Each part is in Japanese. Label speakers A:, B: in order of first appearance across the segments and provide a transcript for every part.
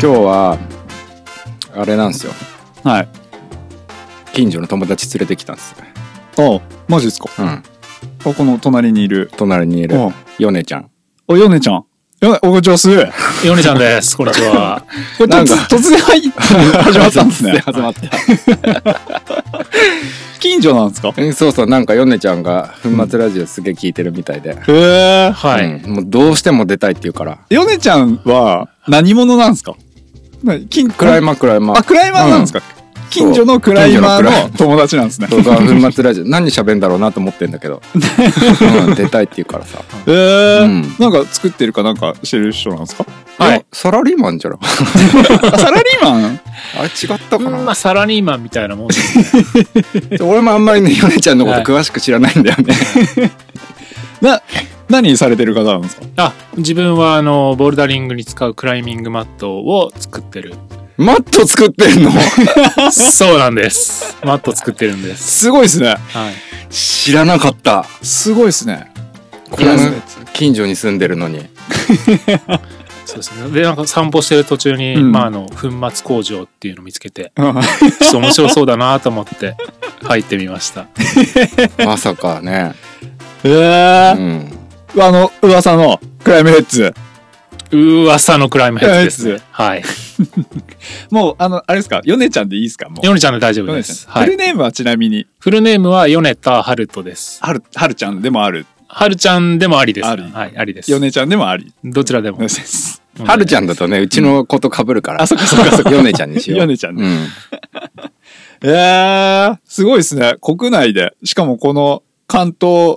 A: 今日はあれなんですよ
B: はい。
A: 近所の友達連れてきたんです
B: あ、マジですか。
A: うん
B: ここの隣にいる。
A: 隣にいる
B: お
A: ヨネちゃん
B: お、ヨネちゃん。ヨネ、おこんにちはす。こ
C: ヨネちゃんです。こんにち は。
B: れ
A: なん
B: 突
A: か
B: 突然入っ始まったん ですね。
A: 始まった
B: 近所なんですか
A: うんそうそうなんかヨネちゃんが「粉末ラジオ」すげえ聞いてるみたいで、
B: へえ。
C: はい。
A: うんもうどうしても出たいって言うから
B: ヨネちゃんは何者なんですかな近
A: クライマークライマ
B: あ、
A: ー
B: クライマーなんですか近所のクライマーの友達なんですね。
A: 僕は粉末ラジオ何喋んだろうなと思ってんだけ ど、うん出たいって言うからさ
B: へえ
A: うん。
B: なんか作ってるかなんかしてる人なんですか
C: はい
A: やサラリーマンじゃろ
B: サラリーマン
A: あれ違ったか
C: うんま
A: な
C: あ、サラリーマンみたいなもんです
A: 俺もあんまりねヨネちゃんのこと詳しく知らないんだよ ね、
B: な、何されてる方なんですか
C: あ、自分は、あの、ボルダリングに使うクライミングマットを作ってる。
A: マット作ってんの
C: そうなんです。マット作ってるんです。
B: すごいですね。
C: はい。
A: 知らなかった
B: すごいですね。
A: この近所に住んでるのに
C: そうですね。で、なんか散歩してる途中に、
B: うん
C: まあ、あの、粉末工場っていうのを見つけて、
B: うん
C: ちょっと面白そうだなと思って、入ってみました。
A: まさかね、
B: えー
A: うん、
B: あの、噂のクライムヘッズ。
C: 噂のクライムヘッズです、
B: ヘッ
C: ね。はい。
B: もう、あの、あれですか、ヨネちゃんでいいですかもう。
C: ヨネちゃんで大丈夫
B: ヨネ
C: で
B: ち
C: す。
B: ゃん。
C: は
B: フル
C: い。
B: ネームはちなみに、
C: フルネームはヨネタハルトです。
B: はる、はるちゃんでもある。
C: ハルちゃんでもありです、
B: あり
C: はい、ありです。
B: ヨネちゃんでもあり。
C: どちらでも。
B: です。
A: はるちゃんだとね、うちのこと被るから。
B: あそっかそっか そっか
A: ヨネちゃんにしよう。
B: ヨネちゃんね
A: うん。
B: えー、すごいですね。国内で。しかもこの関東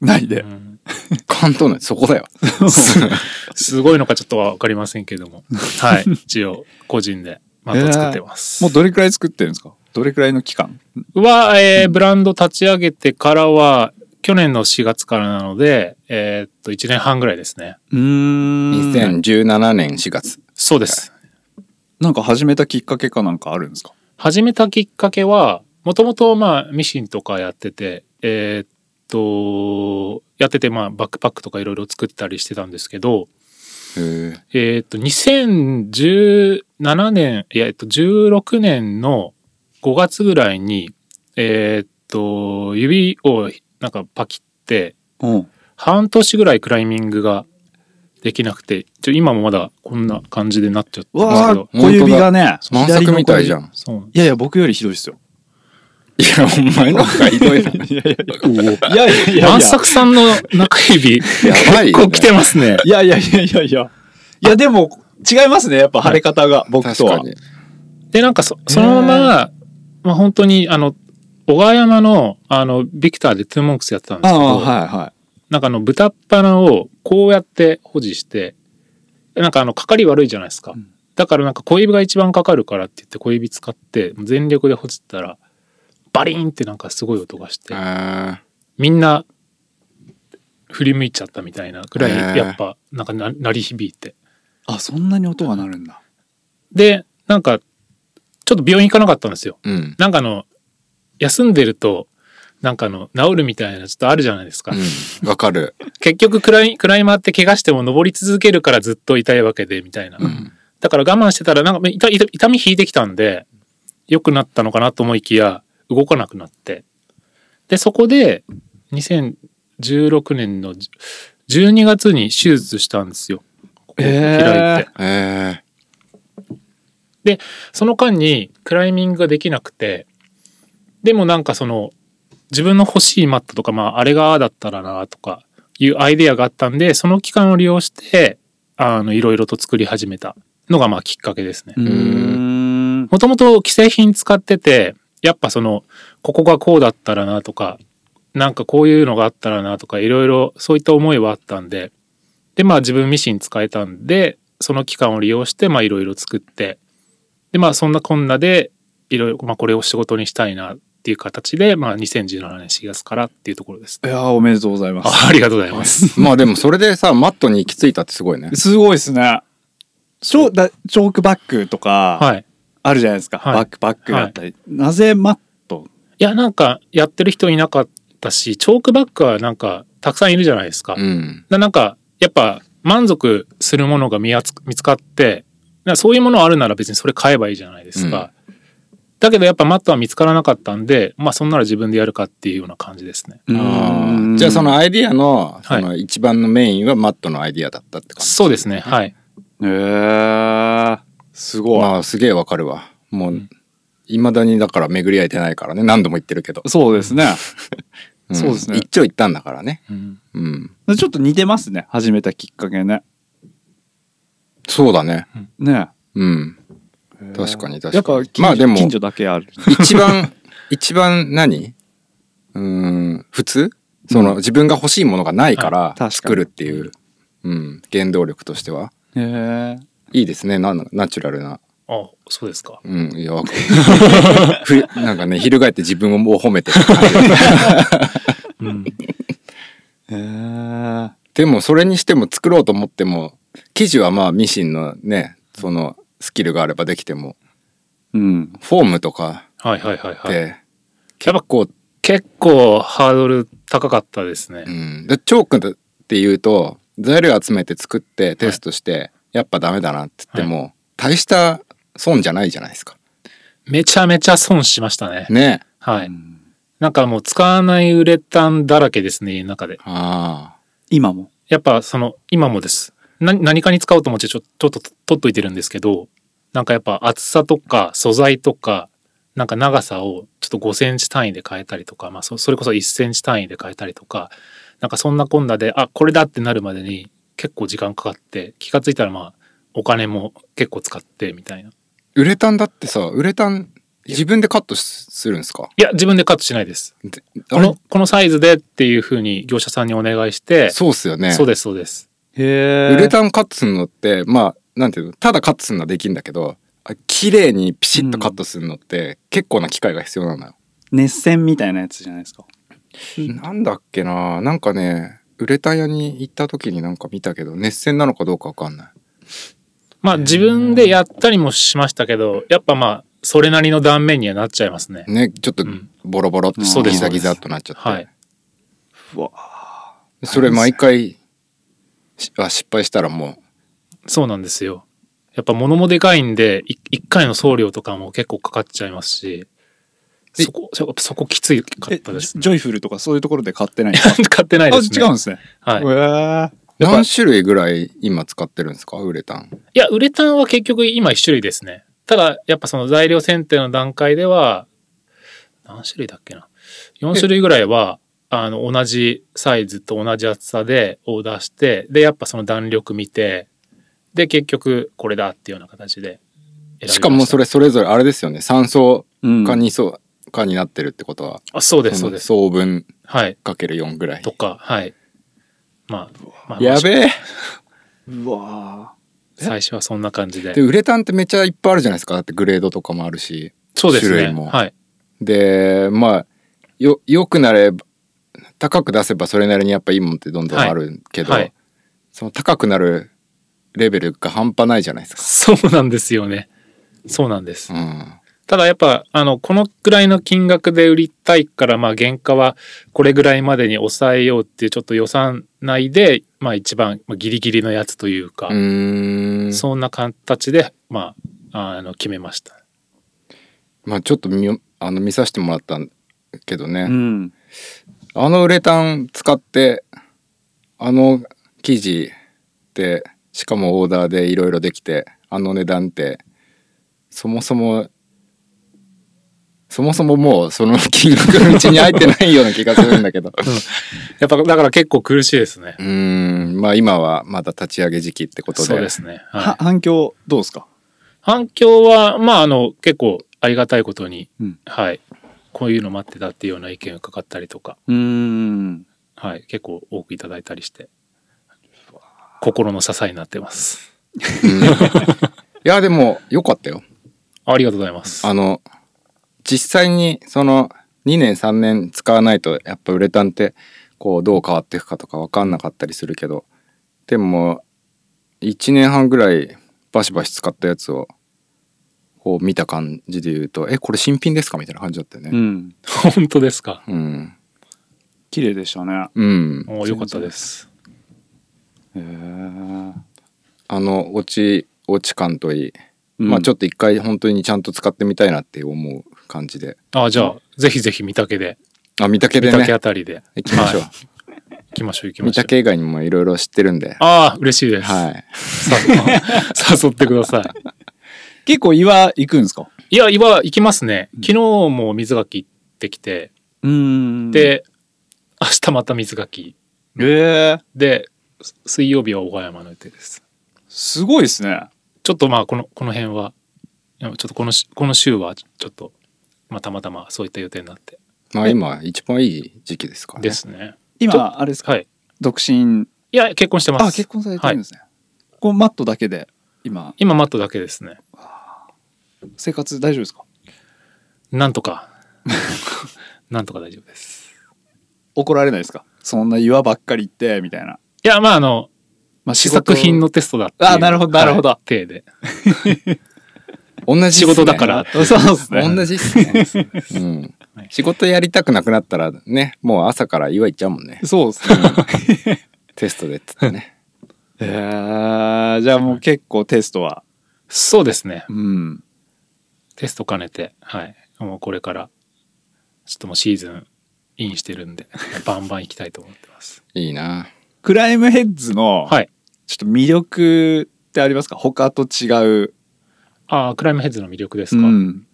B: 内で
C: う。ん
A: 関東のそこだよ。
C: すごいのかちょっとはわかりません けども。はい。一応、個人でマット作ってます。
B: もうどれくらい作ってるんですかどれくらいの期間
C: は、えーブランド立ち上げてからは、去年の4月からなので、えーっと、1年半ぐらいですね。
B: うーん
A: 2017年4月。
C: そうです。
B: なんか始めたきっかけかなんかあるんですか
C: 始めたきっかけは、もともと、まあ、ミシンとかやってて、えーっと、やってて、まあ、バックパックとかいろいろ作ったりしてたんですけど、
A: へえ
C: えーっと、2017年、いや、えっと、16年の5月ぐらいに、えーっと、指をなんかパキって、
B: うん。
C: 半年ぐらいクライミングができなくて、ちょ今もまだこんな感じでなっちゃってます
B: わ
C: け
B: ー
C: ど、
A: 本当だ
B: 小指がね、
A: 満作みたいじゃ
B: ん。
A: ん。
C: そう。
B: いやいや、僕よりひどいっすよ。
A: いや、お前の方がひど いな。
B: いやいやいやいやいやいや
C: 万作さんの中指、
A: やばいよね
C: 結構来てますね。
B: いやいやいやいやいや。いや、でも、違いますね。やっぱ腫れ方が、僕
A: 確
B: と
A: か
B: は。
A: に。
C: で、なんかそそのまま、まあ本当に、あの、小川山の、あの、ビクターでトゥーモンクスやってたんですけど、
B: はいは
C: なんかあの豚っ鼻をこうやって保持して、なんかあの、かかり悪いじゃないですか。
B: うん
C: だからなんか小指が一番かかるからって言って小指使って全力で保持ったら、バリーンってなんかすごい音がして、
A: あ
C: みんな振り向いちゃったみたいなくら
A: へー
C: い、やっぱなんかな鳴り響いて。
B: い。あ、そんなに音が鳴るんだ。
C: で、なんか、ちょっと病院行かなかったんですよ。
A: ーうん。
C: なんかあの、休んでると、なんかあの、治るみたいなちょっとあるじゃないですか。
A: うん。わかる。
C: 結局クライクライマーって怪我しても登り続けるからずっと痛いわけでみたいな、
A: うん。
C: だから我慢してたらなんか痛痛痛み引いてきたんで良くなったのかなと思いきや動かなくなってでそこで2016年のじ12月に手術したんですよここ開いて、
B: えー
A: え
C: その間にクライミングができなくてでもなんかその自分の欲しいマットとか、まあ、あれがああだったらなとかいうアイデアがあったんでその期間を利用してあのいろいろと作り始めたのがまあきっかけですね。
B: うーん。
C: もともと既製品使っててやっぱそのここがこうだったらなとかなんかこういうのがあったらなとかいろいろそういった思いはあったんででまあ自分ミシン使えたんでその期間を利用してまあいろいろ作ってでまあそんなこんなでいろいろまあこれを仕事にしたいなっていう形でまあ2017年4月からっていうところです
B: いやー、おめでとうございま
C: あありがとうございます
A: ーまあでもそれでさ、マットに行き着いたってすごいね。
B: す。すごいですね。チョだチョークバッグとか、
C: はい
B: あるじゃないですか。
C: はい
B: バックパックだったり。なぜマット
C: いやなんかやってる人いなかったしチョークバッグはなんかたくさんいるじゃないですか
A: うん。
C: ななんかやっぱ満足するものが見やつ見つかってからそういうものあるなら別にそれ買えばいいじゃないですか。だけどやっぱマットは見つからなかったんで、まあそんなら自分でやるかっていうような感じですね。
B: うん
A: じゃあそのアイディアのその一番のメインはマットのアイディアだったって感じ、
C: そうですね。は
B: へ
C: い。
B: えすごい、
A: まあすげえわかるわもういまだにだから巡り合えてないからね何度も言ってるけど、
B: そうですね
A: ん
B: そうですね
A: 一長一短だからね
C: うん
A: うん
B: ちょっと似てますね始めたきっかけね
A: そうだね
B: ね
A: うん確かに確かに
B: やっぱ近所,、
A: まあでも
B: 近所だけある
A: 一 番一番何うーん普通その、自分が欲しいものがないか
B: 確からに
A: 作るっていう、うん、原動力としては
B: へえ
A: いいですねなナチュラルな
C: あ、そうですか。
A: うんいやわか ふなんかね翻って自分をもう褒めてる感じ
C: うん。
B: へえ
A: でもそれにしても作ろうと思っても生地はまあミシンのねそのスキルがあればできても
B: うん
A: フォームとか
C: はいはいはいはい。
A: で
C: やっぱ
A: こう、
C: 結構ハードル高かったですね
A: う。ん、でチョークっていうと材料集めて作ってテストして、やっぱダメだなって言っても、大した損じゃないじゃないですか。
C: めちゃめちゃ損しましたね。
A: ね
C: はい。なんかもう使わないウレタンだらけですね、家の中で。
A: あ
B: 今も
C: やっぱその、今もです。な何かに使おうと思ってちょちょっと取っといてるんですけど、なんかやっぱ厚さとか素材とか、なんか長さをちょっと5センチ単位で変えたりとか、まあそそれこそ1センチ単位で変えたりとか、なんかそんなこんなで、あ、これだってなるまでに結構時間かかって、気がついたらまあお金も結構使ってみたいな。
A: ウレタンだってさウレタン自分でカットしするんですか
C: いや、自分でカットしないです。
A: で
C: この、このサイズでっていうふうに業者さんにお願いして、
A: そうっすよね。
C: そうです、そうです。
B: へえ
A: ウレタンカットするのってまあなんていうのただカットするのはできるんだけどあ綺麗にピシッとカットするのって、結構な機会が必要なのよ。
B: 熱線みたいなやつじゃないですか
A: なんだっけななんかねウレタン屋に行った時になんか見たけど熱線なのかどうかわかんない。
C: まあ自分でやったりもしましたけど、やっぱまあ、それなりの断面にはなっちゃいますね。
A: ねちょっと
C: うん
A: ボロボロって
B: そうで
A: ギ
B: す
A: ザギザっとなっちゃって、
C: はい。
B: うわ
A: それ毎回しあ失敗したらも
C: そうなんですよ。やっぱ物もでかいんで、い一回の送料とかも結構かかっちゃいますし、
A: え
C: そこ、そこそこきついか
B: え
C: ったです、ね。
B: ジョイフルとかそういうところで買ってない
C: 買ってない
B: あ
C: で
B: 違
C: すね。
B: うんですね、
C: はい。
B: うわー
A: う
B: やっぱ
A: 何種類ぐらい今使ってるんですかウレタン
C: いや、ウレタンは結局今一種類ですね。ただ、やっぱその材料選定の段階では、何種類だっけな。4種類ぐらいは、あの、同じサイズと同じ厚さでオーダーして、で、やっぱその弾力見て、で、結局これだっていうような形で選びまた
A: しかもそれそれぞれあれですよね3層
B: うん
A: か2層かになってるってことは、
C: あ、そうです、
A: そ
C: そう
A: の
C: です。
A: 総分
C: はい。
A: かける4ぐらい
C: とか、はい。まあ、まあ、
A: やべえ
B: うわ
C: 最初はそんな感じで
A: で。ウレタンってめっちゃいっぱいあるじゃないですかだってグレードとかもあるし
C: そうです
A: 種
C: ね
A: 類も。
C: はい。
A: でまあよよくなれば高く出せばそれなりにやっぱいいもんってどんどんあるけど、
C: はいはい
A: その高くなるレベルが半端ないじゃないですか。
C: そうなんですよね。そうなんです。
A: うん
C: ただやっぱあのこのぐらいの金額で売りたいからまあ原価はこれぐらいまでに抑えようっていうちょっと予算内でまあ一番まあギリギリのやつというか、
A: うーん
C: そんな形でまああの決めました。
A: まあちょっと見よあの見させてもらったんけどね、
B: ーうん
A: あのウレタン使ってあの生地でしかもオーダーでいろいろできてあの値段ってそもそもそもそももうその金額のうちに入ってないような気がするんだけ ど
C: やっぱだから結構苦しいですね
A: う。ーんまあ今はまだ立ち上げ時期ってことで
C: そうですね。はい
B: は、反響どうですか
C: 反響はまああの結構ありがたいことに、
B: うん
C: はいこういうの待ってたっていうような意見がかかったりとか、
B: うん
C: はい結構多くいただいたりして心の支えになってます。
A: うんいやでも良かったよ
C: ありがとうございます。
A: あの実際にその2年3年使わないとやっぱウレタンってこうどう変わっていくかとか分かんなかったりするけどでも1年半ぐらいバシバシ使ったやつをこう見た感じで言うと「えこれ新品ですか?」みたいな感じだったよ
B: う
A: ね。
B: ん
C: 本当ですか。
A: うん、
B: 綺麗でしたね
A: うん、
C: もう良かったです。
B: へえ
A: あのオチ落ち感といい、まあちょ
B: っ
A: っと一回本当にちゃんと使ってみたいなって思う感じで
C: あじゃあ、ぜひぜひ、三宅で、
A: あ見たけ
C: 三
A: で
C: 宅
A: ね
C: あたりで
A: 行きましょう、
C: は行きましょう、行き
A: 見
C: まし
A: た
C: ょう。
A: け以外にもいろいろ知ってるんで
C: ああ、嬉しいです。
A: はい
C: 誘ってください。
B: と結構岩行くんですか
C: いや、今行きますね。昨日も水垣行ってきて、
B: うん
C: で、明日また水垣。
B: えー、
C: で、す水曜日は小川山の予定です。
B: すごいですね。
C: ちょっとまあ、この、この辺は、いやちょっとこのし、この週は、ちょちょっと、まあ、たまたまそういった予定になって。
A: まあ今一番いい時期ですからね
C: ですね。
B: 今、あれですか、
C: はい。
B: 独身。
C: いや、結婚してます。
B: あ、結婚されてるんですね。ここマットだけで、今、
C: 今、マットだけですね。
B: 生活大丈夫ですか
C: なんとか。 なんとか大丈夫です。
B: 怒られないですかそんな岩ばっかり行って、みたいな。
C: いや、まあ、あの、
B: まあ
C: 試作品。のテストだっていう
B: あなるほどなるほど
C: はい体で。
A: 同じっす
C: 仕
A: ね
C: 事だから。
B: 仕事 そうですね。
A: 同じっすね、うん
C: はい、
A: 仕事やりたくなくなったらねもう朝から岩行っちゃうも んね
B: そうですね。
A: テストでっつってね
B: えー、じゃあもう結構テストは。
C: そうですね。
B: うん。
C: テスト兼ねて、はい。もうこれから、ちょっともうシーズンインしてるんで、 バンバン行きたいと思ってます。
A: いいな
B: クライムヘッズの、
C: はい。
B: ちょっと魅力ってありますか他と違う。
C: ああ、クライムヘッズの魅力ですか。
B: ん。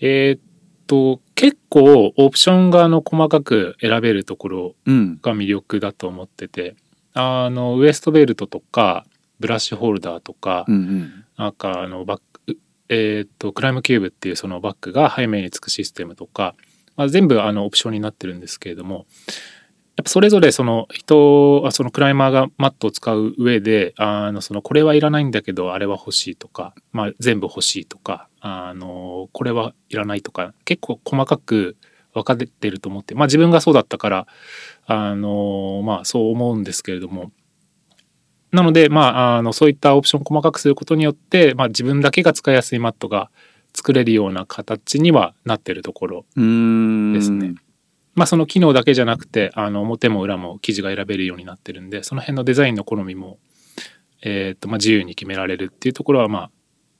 C: えーっと、結構オプションがあの細かく選べるところ
B: うん。
C: が魅力だと思ってて、あの、ウエストベルトとか、ブラッシュホルダーとか、
B: うんうん。
C: なんかあのバック、えーっと、クライムキューブっていうそのバックが背面につくシステムとか、まあ、全部あのオプションになってるんですけれども、やっぱそれぞれその人、あそのクライマーがマットを使う上で、あのそのこれはいらないんだけど、あれは欲しいとか、まあ、全部欲しいとか、あの、これはいらないとか、結構細かく分かれてると思って、まあ自分がそうだったから、あの、まあそう思うんですけれども、なので、まあ、あの、そういったオプションを細かくすることによって、まあ、自分だけが使いやすいマットが作れるような形にはなってるところ。
B: うん
C: ですね。まあ、その機能だけじゃなくて、あの、表も裏も生地が選べるようになってるんで、その辺のデザインの好みも、えっ、と、まあ、自由に決められるっていうところは、まあ、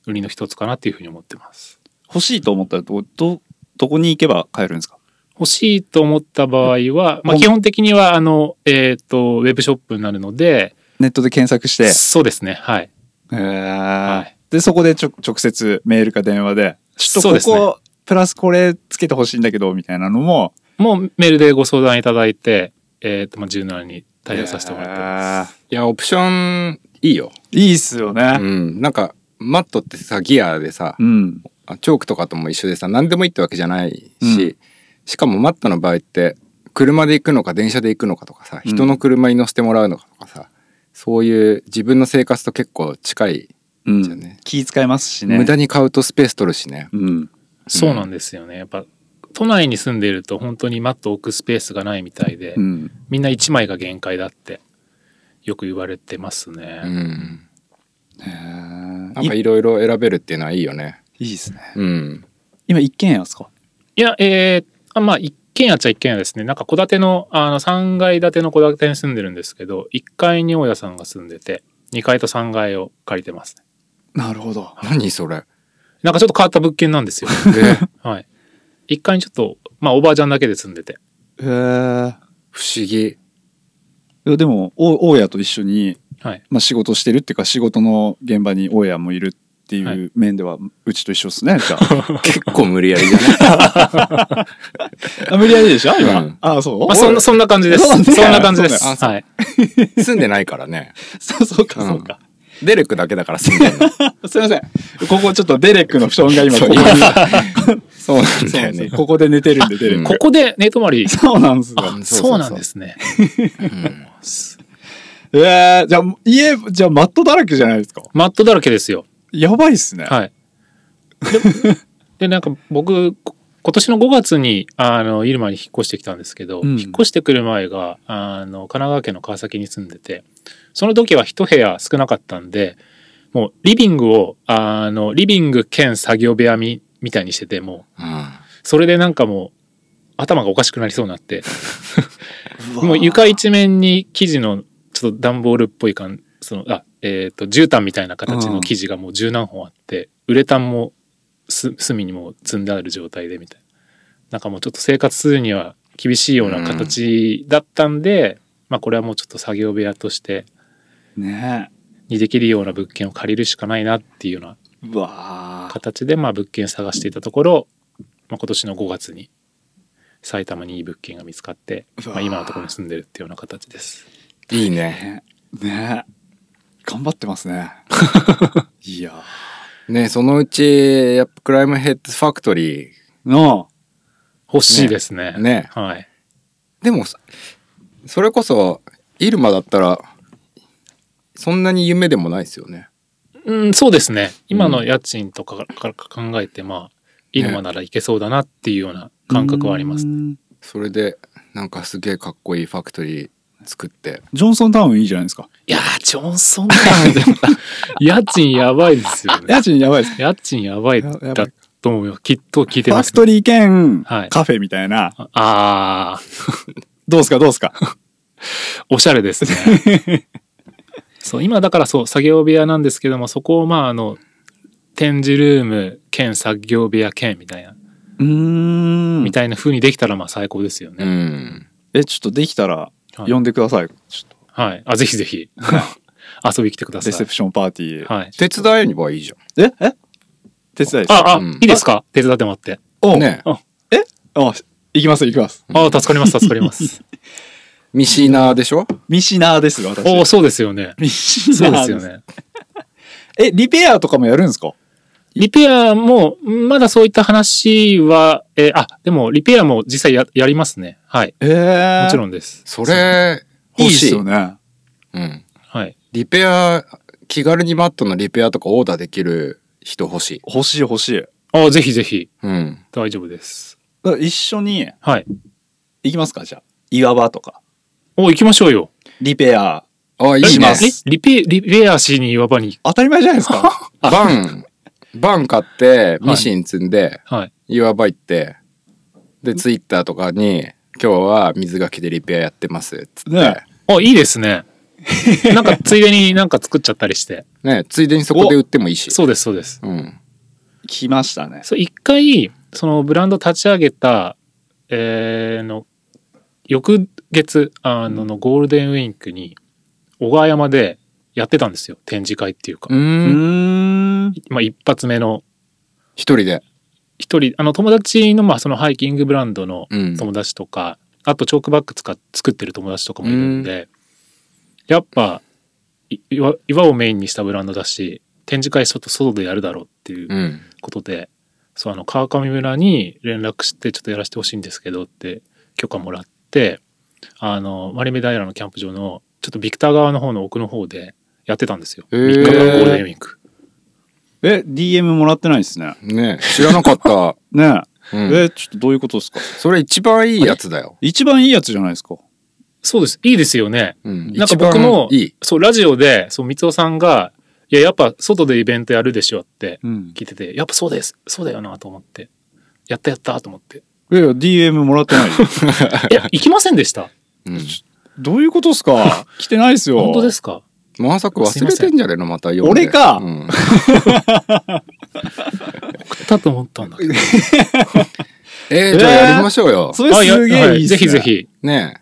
C: 売りの一つかなっていうふうに思ってます。
B: 欲しいと思ったらど、ど、どこに行けば買えるんですか
C: 欲しいと思った場合は、まあ、
B: うん
C: 基本的には、あの、えっ、と、ウェブショップになるので、
B: ネットで検索して。
C: そうですね、はい。
B: え
C: はい
B: で、そこでちょ、直接メールか電話で、ちょっ
C: そう
B: とこ
C: ですね
B: こ、プラスこれつけてほしいんだけど、みたいなのも、
C: もうメールでご相談いただいて、えっ、と、まあ、柔軟に対応させてもらってます。
A: いやオプションいいよ
B: いいっすよ
A: う
B: ね。
A: んなんかマットってさギアでさ
B: うん。
A: あチョークとかとも一緒でさ何でもいいってわけじゃないし、
B: うん
A: しかもマットの場合って車で行くのか電車で行くのかとかさ
B: うん
A: 人の車に乗せてもらうのかとかさ、そういう自分の生活と結構近い、
B: うん
A: じゃあね
B: 気使いますしね。
A: 無駄に買うとスペース取るしね
B: うん。
C: そうなんですよね。やっぱ、都内に住んでいると本当にマット置くスペースがないみたいで、
B: うん。
C: みんな1枚が限界だって、よく言われてますね。
A: うん
B: へー
A: なんかいろいろ選べるっていうのはいいよね
B: いいですね。
A: うん
B: 今、一軒家ですか
C: いや、えーあまあ、一軒家っちゃ一軒家ですね。なんか戸建ての、あの、3階建ての戸建てに住んでるんですけど、1階に大家さんが住んでて、2階と3階を借りてますね。
B: なるほど。
A: 何そ れ
C: なんかちょっと変わった物件なんですよ。
A: え
C: はい。1階にちょっと、まあ、おばあちゃんだけで住んでて。
B: へえ。
A: 不思議
B: いやでも、お大家と一緒に、
C: はい。
B: まあ、仕事してるっていうか、仕事の現場に大家もいるって
C: はいいう
B: 面では、うちと一緒ですね。じゃ
A: 結構無理やりじゃない
B: あ。あ無理やりでしょ
A: う
B: 今
A: ん。
B: あ、そう
C: まあ、そんな、そんな感じです。
B: そう
C: そ
B: なん
C: ん
B: だ
C: な感じです。
A: そうだよあそう
C: は い。
A: 住んでないからね
B: そうそうか、
A: うん
B: そうか。
A: デレクだけだから住んでるの
B: すいません。ここちょっとデレックの布団が今、
A: そ
B: こ
A: う
B: こに、
A: そうなん
B: そ
A: だ
B: うな
A: よ
B: んです
A: ね
B: よここで寝てるんで、デレッ
A: うん
B: ク。
C: ここで寝泊まり。
B: そうなんですよ。
C: あ
A: うそうそう
C: そうなんですね。
A: うん
B: えー、じゃあ、家、じゃあ、マットだらけじゃないですか。
C: マットだらけですよ。
B: やばいっすね。
C: はい。で、でなんか僕、こ今年の5月に、あの、入間に引っ越してきたんですけど、
B: うん
C: 引っ越してくる前が、あの、神奈川県の川崎に住んでて、その時は一部屋少なかったんで、もうリビングを、あの、リビング兼作業部屋みみたいにしてて、もう、
A: うん
C: それでなんかもう、頭がおかしくなりそうになって、
B: うわー
C: もう床一面に生地のちょっと段ボールっぽい感そのあえっ、と絨毯みたいな形の生地がもう十何本あって、ウレタンもす隅にも積んである状態でみたいななんかもうちょっと生活するには厳しいような形だったんで、まあこれはもうちょっと作業部屋として
B: ね
C: にできるような物件を借りるしかないなっていうような
B: え。うわー
C: 形でまあ物件探していたところ、まあ、今年の5月に埼玉にいい物件が見つかって、
B: うわ
C: まあ、今のところに住んでるっていうような形です。
A: いいね。
B: ねえ。頑張ってます ね。いや
A: ねそのうち、やっぱクライムヘッドファクトリー。
B: ー。の
C: 欲しいですね。
A: ねね
C: はい。
A: でも、そそれこそ、イルマだったら、そんなに夢でもないですよね。
C: うん、そうですね。今の家賃とかから考えて、まあ、イルマならいけそうだなっていうような感覚はあります。
B: うん
A: それで、なんかすげえかっこいいファクトリー作って。
B: ジョンソンタウンいいじゃないですか。
C: いやー、ジョンソンタウンでまた家賃やばいですよね
B: 家。賃やばいです。
C: 家賃やばいだと思うよ。きっと聞いて
B: ファ
C: ま
B: ク
C: す。
B: トリー兼
C: はい
B: カフェみたいな。
C: あー、
B: どうすかどうす か。
C: おしゃれです ね。そう、今だからそう、作業部屋なんですけども、そこをまあ、あの、展示ルーム兼作業部屋兼みたいな、
B: うー
C: みたいな風にできたらまあ最高ですよ
A: う
C: ね。
A: ん。
B: え、ちょっとできたら
C: はい
B: 呼んでください。ちょっ
C: はい。あ、ぜひぜひ、遊びに来てくだ
B: と
C: さ
B: レセ
C: い
B: プ。ションパーティー。
C: はい。
A: 手伝えればいいじゃ
B: ええ手伝いです。
C: あ、あ、
A: うん
C: いいですか手伝ってもらって。
B: お
A: ん。ね
B: あ、行きます行きます。
C: あ、助かります、助かり ます。
A: ミシーナーでしょ
B: ミシナーです、私。
C: おそうですよね。
B: ミシ
C: そうで
B: ナー
C: すよ。ね。
B: え、リペアとかもやるんですか
C: リペアも、まだそういった話は、えーあ、でも、リペアも実際ややりますね。はい。
B: ええ
C: もち
B: ん。
C: ろんです。
A: それ、
B: いい
A: 欲
B: で
A: しい
B: すよね。
A: うん。
C: はい。
A: リペア、気軽にマットのリペアとかオーダーできる人欲しい。
B: 欲しい欲しい。
C: あ、ぜひぜひ、
A: うん。
C: 大丈夫です。
B: だから一緒に
C: はい。
B: 行きますかじゃあ。岩場とか。
C: お、行きましょうよ。
B: リペア。
A: あ、い
B: し
A: い
B: ま
A: ね
B: す。
C: えリペ、リペアしに岩場に。
B: 当たり前じゃないです か。
A: バン、バン買って、ミシン積んで、
C: はい。
A: 岩場行ってでツイッターとかに「今日は水がきでリペアやってます」っつって
B: ね
A: ね
C: あ、いいですね。なんか、ついでになんか作っちゃったりして。
A: つ いでにそこで売ってもいいし
C: そうです、そうです。
A: うん
B: 来ましたね。
C: そう一回そのブランド立ち上げた、えーの翌月あののゴールデンウィークに小川山でやってたんですよ展示会っていうか、
B: う
A: うん
B: ーん。
C: まあ、一発目の
A: 一人で
C: 一人あの友達の,、まあそのハイキングブランドの
A: うん
C: 友達とか、あとチョークバッグ使っ作ってる友達とかもいるんで、やっぱい岩岩をメインにしたブランドだし展示会ちょっと外でやるだろうっていう
A: うん
C: ことで、そう、あの、川上村に連絡して、ちょっとやらせてほしいんですけどって許可もらって、あの、マリメダイラのキャンプ場の、ちょっとビクター側の方の奥の方でやってたんですよ。
A: へ
C: 3
A: ー
C: 日間ゴールデンウィーク。
B: え、DM もらってないですね。
A: ね知らなか った、
B: ね
A: うん
B: え。え、ちょっとどういうことですか
A: それ一番いいやつだよ、
B: 一番いいやつじゃないですか。
C: そうです。いいですよね。
A: うん、
C: なんか僕も
A: 一番いい
C: そう、ラジオで、そう、三尾さんが、いや、やっぱ外でイベントやるでしょって
B: うん。
C: 聞いてて、やっぱそうです。そうだよなと思って。やったやったと思って。
B: いやいや、DM もらって ない。
C: いや、行きませんでした。
A: うん
B: どういうことですか来てないですよ。
C: 本当ですか
A: まさか忘れてんじゃねえのまた読んで
B: 俺か
A: うん
C: 送ったと思ったんだけど。
A: えー、じゃあやりましょうよ、
B: それ
C: いや
B: すげえ
C: はい
B: いっすね
C: ぜひぜ。ひ。
A: ね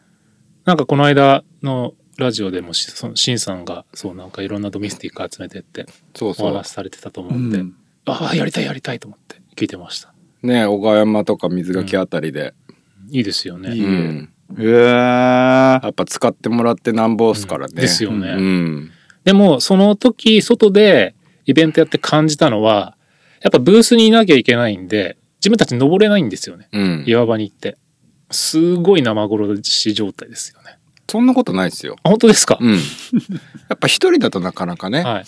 C: なんかこの間のラジオでもし、その、シンさんが、そう、なんかいろんなドミスティック集めてって
A: そう
C: お
A: そう
C: 話しされてたと思
B: う
C: うんで、
B: ん。
C: ああ、やりたいやりたいと思って聞いてました。
A: ね小川山とか水垣あたりで、
C: いいですよね。
B: い
A: うん
B: いへえ。
A: やっぱ使ってもらってなんぼっすからね、
C: ですよね。
A: うん
C: でも、その時、外でイベントやって感じたのは、やっぱブースにいなきゃいけないんで、自分たち登れないんですよね。
A: うん
C: 岩場に行って。すごい生殺し状態ですよね。
A: そんなことないですよ
C: あ本当ですか、
A: うん。やっぱ一人だとなかなかね。
C: はい。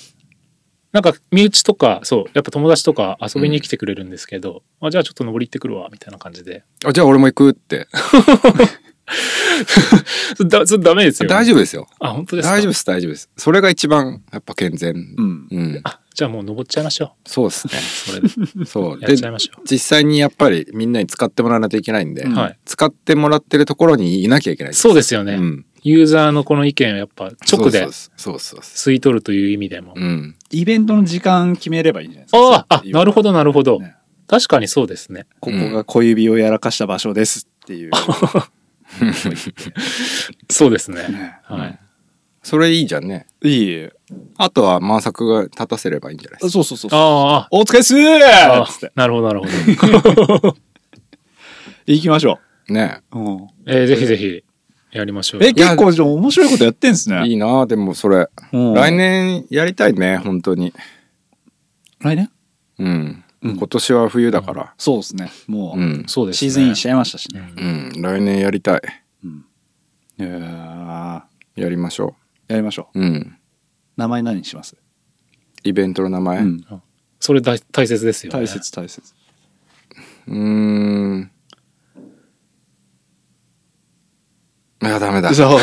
C: なんか身内とかそうやっぱ友達とか遊びに来てくれるんですけど、あじゃあちょっと登り行ってくるわみたいな感じで
A: あ、じゃあ俺も行くって。
C: それだ それダメですよ、
A: 大丈夫ですよ。
C: 夫あ本当ですか
A: 大丈夫です、大丈夫です。それが一番、やっぱ健全。
B: うん。
A: うん。
C: あじゃあもう登っちゃいましょ
A: そうですね。
C: うそれで
A: そう。
C: やっ
A: で
C: ち ゃい、ましょ
A: 実際にやっぱりみんなに使ってもらわないといけないんで、
B: うん
C: はい
A: 使ってもらってるところにいなきゃいけな
C: う
A: い。
C: そうですよね、
A: うん。
C: ユーザーのこの意見をやっぱ直で
A: そうそうそうそ
C: 吸い取るという意味でも
A: う。うん。
B: イベントの時間決めればいいんじゃないですか。
C: ああ、あ
B: いわゆ
C: なるほどなるほど
B: ね。
C: 確かにそうですね。
B: ここが小指をやらかした場所ですっていう。
C: そうですね。
B: ね
C: はい。
A: それいいじゃんね。
B: いいえ。
A: あとは満作が立たせればいいんじゃない
B: そうそうそうそう。
C: あ
B: お疲れっす
C: あ、あ
B: ー
C: あ
B: つって。
C: なるほどな るほど。
B: 行きましょ
A: ね
B: う。うん
C: えーぜひぜひやりましょう。
B: え、結構じゃあ面白いことやってんす
A: い
B: ね。
A: いなあでもそれ。
B: うん
A: 来。年やりたいね、本当に。
B: 来年
A: うん。
B: うん
A: 今年は冬だから。
B: そうですね。も
A: う
B: う、
A: ん。
C: そうですね。
B: シーズンインしちゃいましたし
C: う
B: ね。
C: ん
A: うん。来年やりたい。
B: うん。いやー
A: やりましょ
B: やりましょう。
A: う。うん。
B: 名前何にします
A: イベントの名前。
B: う
A: うん
C: それ大大切ですよね。
B: 大。切大切。
A: ーん。いや、ダメだ。
B: そう。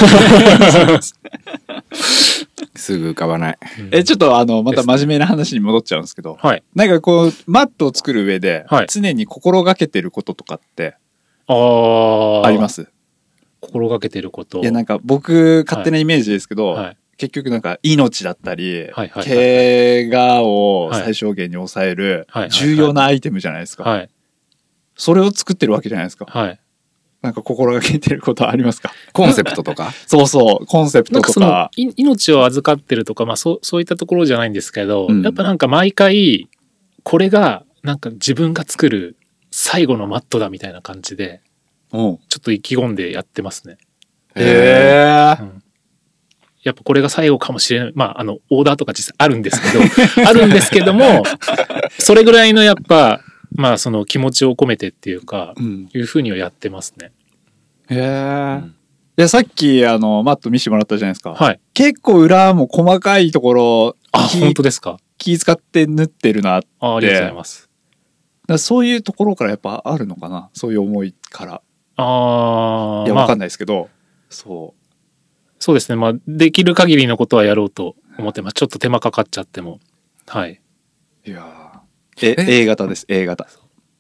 A: すぐ浮かばない。
B: え、ちょっとあの、また真面目な話に戻っちゃうんですけど、
C: はい。
B: なんかこう、マットを作る上で
C: はい、
B: 常に心がけてることとかって
C: ああ。
B: あります
C: 心がけてること。
B: いや、なんか僕、勝手なイメージですけど、
C: はい。
B: 結局なんか命だったり、
C: はいはい
B: 怪我を最小限に抑える
C: はいはいはい
B: 重要なアイテムじゃないですか。
C: はい。
B: それを作ってるわけじゃないですか。
C: はい。
B: なんか心がけてることはありますか
A: コンセプトとか。
B: そうそう、コンセプト
C: なんか
B: と
C: その
B: か。、
C: い命を預かってるとか、まあそう、そういったところじゃないんですけど、
B: うん
C: やっぱなんか毎回、これが、なんか自分が作る最後のマットだみたいな感じで、
B: うん
C: ちょっと意気込んでやってますね。
A: え
B: へ
C: うんやっぱこれが最後かもしれない。まあ、あの、オーダーとか実際あるんですけ ど、あるんですけども、それぐらいのやっぱ、まあその気持ちを込めてっていうか
B: ー。、うん。
C: いうふうにはやってますね。
B: へ
C: う
B: ー
C: ん
B: いや、さっき、あの、マット見せてもらったじゃないですか。
C: はい。
B: 結構裏も細かいところ、
C: あ、
B: 気
C: 本当ですか。
B: 気使って縫ってるな。だか
C: あありがとうございます。
B: らそういうところからやっぱあるのかなそういう思いから。
C: あ
B: い
C: あ、
B: や、
C: ま
B: わか
C: あ
B: ん、ないですけど。そう。
C: そうですね。まあ、できる限りのことはやろうと思ってます。ちょっと手間かかっちゃっても。はい。
B: いやー
A: え
B: え A 型です、A 型。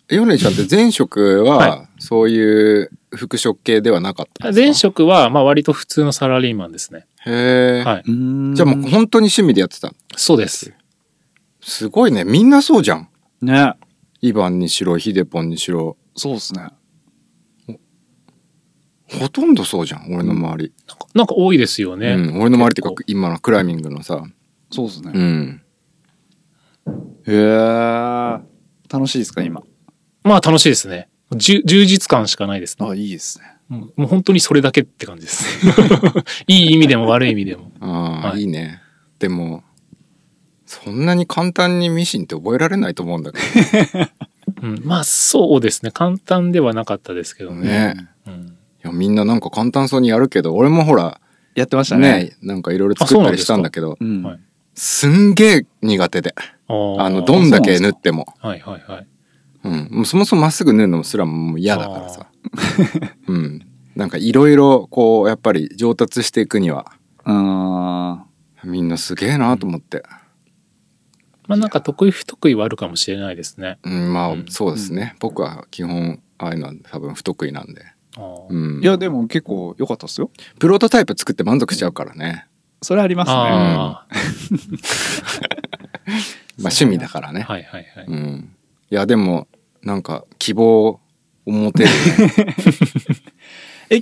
A: ヨネちゃんって前職
C: は
A: は、そういう服飾系ではなかったんですか
C: 前職は、まあ、割と普通のサラリーマンですね。
A: へえ。
C: はい。
B: じ
A: じゃあもう本当に趣味でやってたの
C: そうです。
A: すごいね。みんなそうじゃん。
B: う、ね。
A: イヴァンにしろ、ヒデポンにしろ。
B: そうですね。
A: ほとんどそうじゃん、俺の周り。
C: なんかなんか多いですよね。
A: うん、俺の周りっていう
C: 結
A: か、今のクライミングのさ。
B: そうですね。
A: うん。
B: へえ。楽しいですか、今。
C: まあ、楽しいですね。じゅ充実感しかないですね。
B: あ、いいですね。
C: もうもう本当にそれだけって感じ です。いい意味でも悪い意味でも。
A: ああ、
C: はい
A: い、いね。でも、そんなに簡単にミシンって覚えられないと思うんだけ
C: うん、まあ、そうですね。簡単ではなかったですけど
A: ど
C: ね。
A: ね。
C: うん、
A: いや、みんななんか簡単そうにやるけど、俺もほら、
B: やってました
A: ね、
B: ね。
A: なんかいろいろ作ったりしたんだけど、
B: うん
C: はい
A: すんげえ苦手で。
C: あー
A: あの、どんだけ縫っても。
C: はいはいはい。
A: うん。もうそもそもまっすぐ縫うのもすらもう嫌だからさ。うん。なんかいろいろこう、やっぱり上達していくには、
B: あ
A: みんなすげえなと思って。
C: まあ、なんか得意不得意はあるかもしれないですね。
A: うん、まあ、
C: うん
A: そうですね。僕は基本、ああいうのは多分不得意なんで。
C: あー
A: うん。
B: ーいや、でも結構良かったっすよ。
A: プロトタイプ作って満足しちゃうからね。
B: それありますね。
C: あー、
A: まあ趣味だからね。
C: はいはいはい。
A: うん。いや、でも、なんか希望を持てるね。
B: え、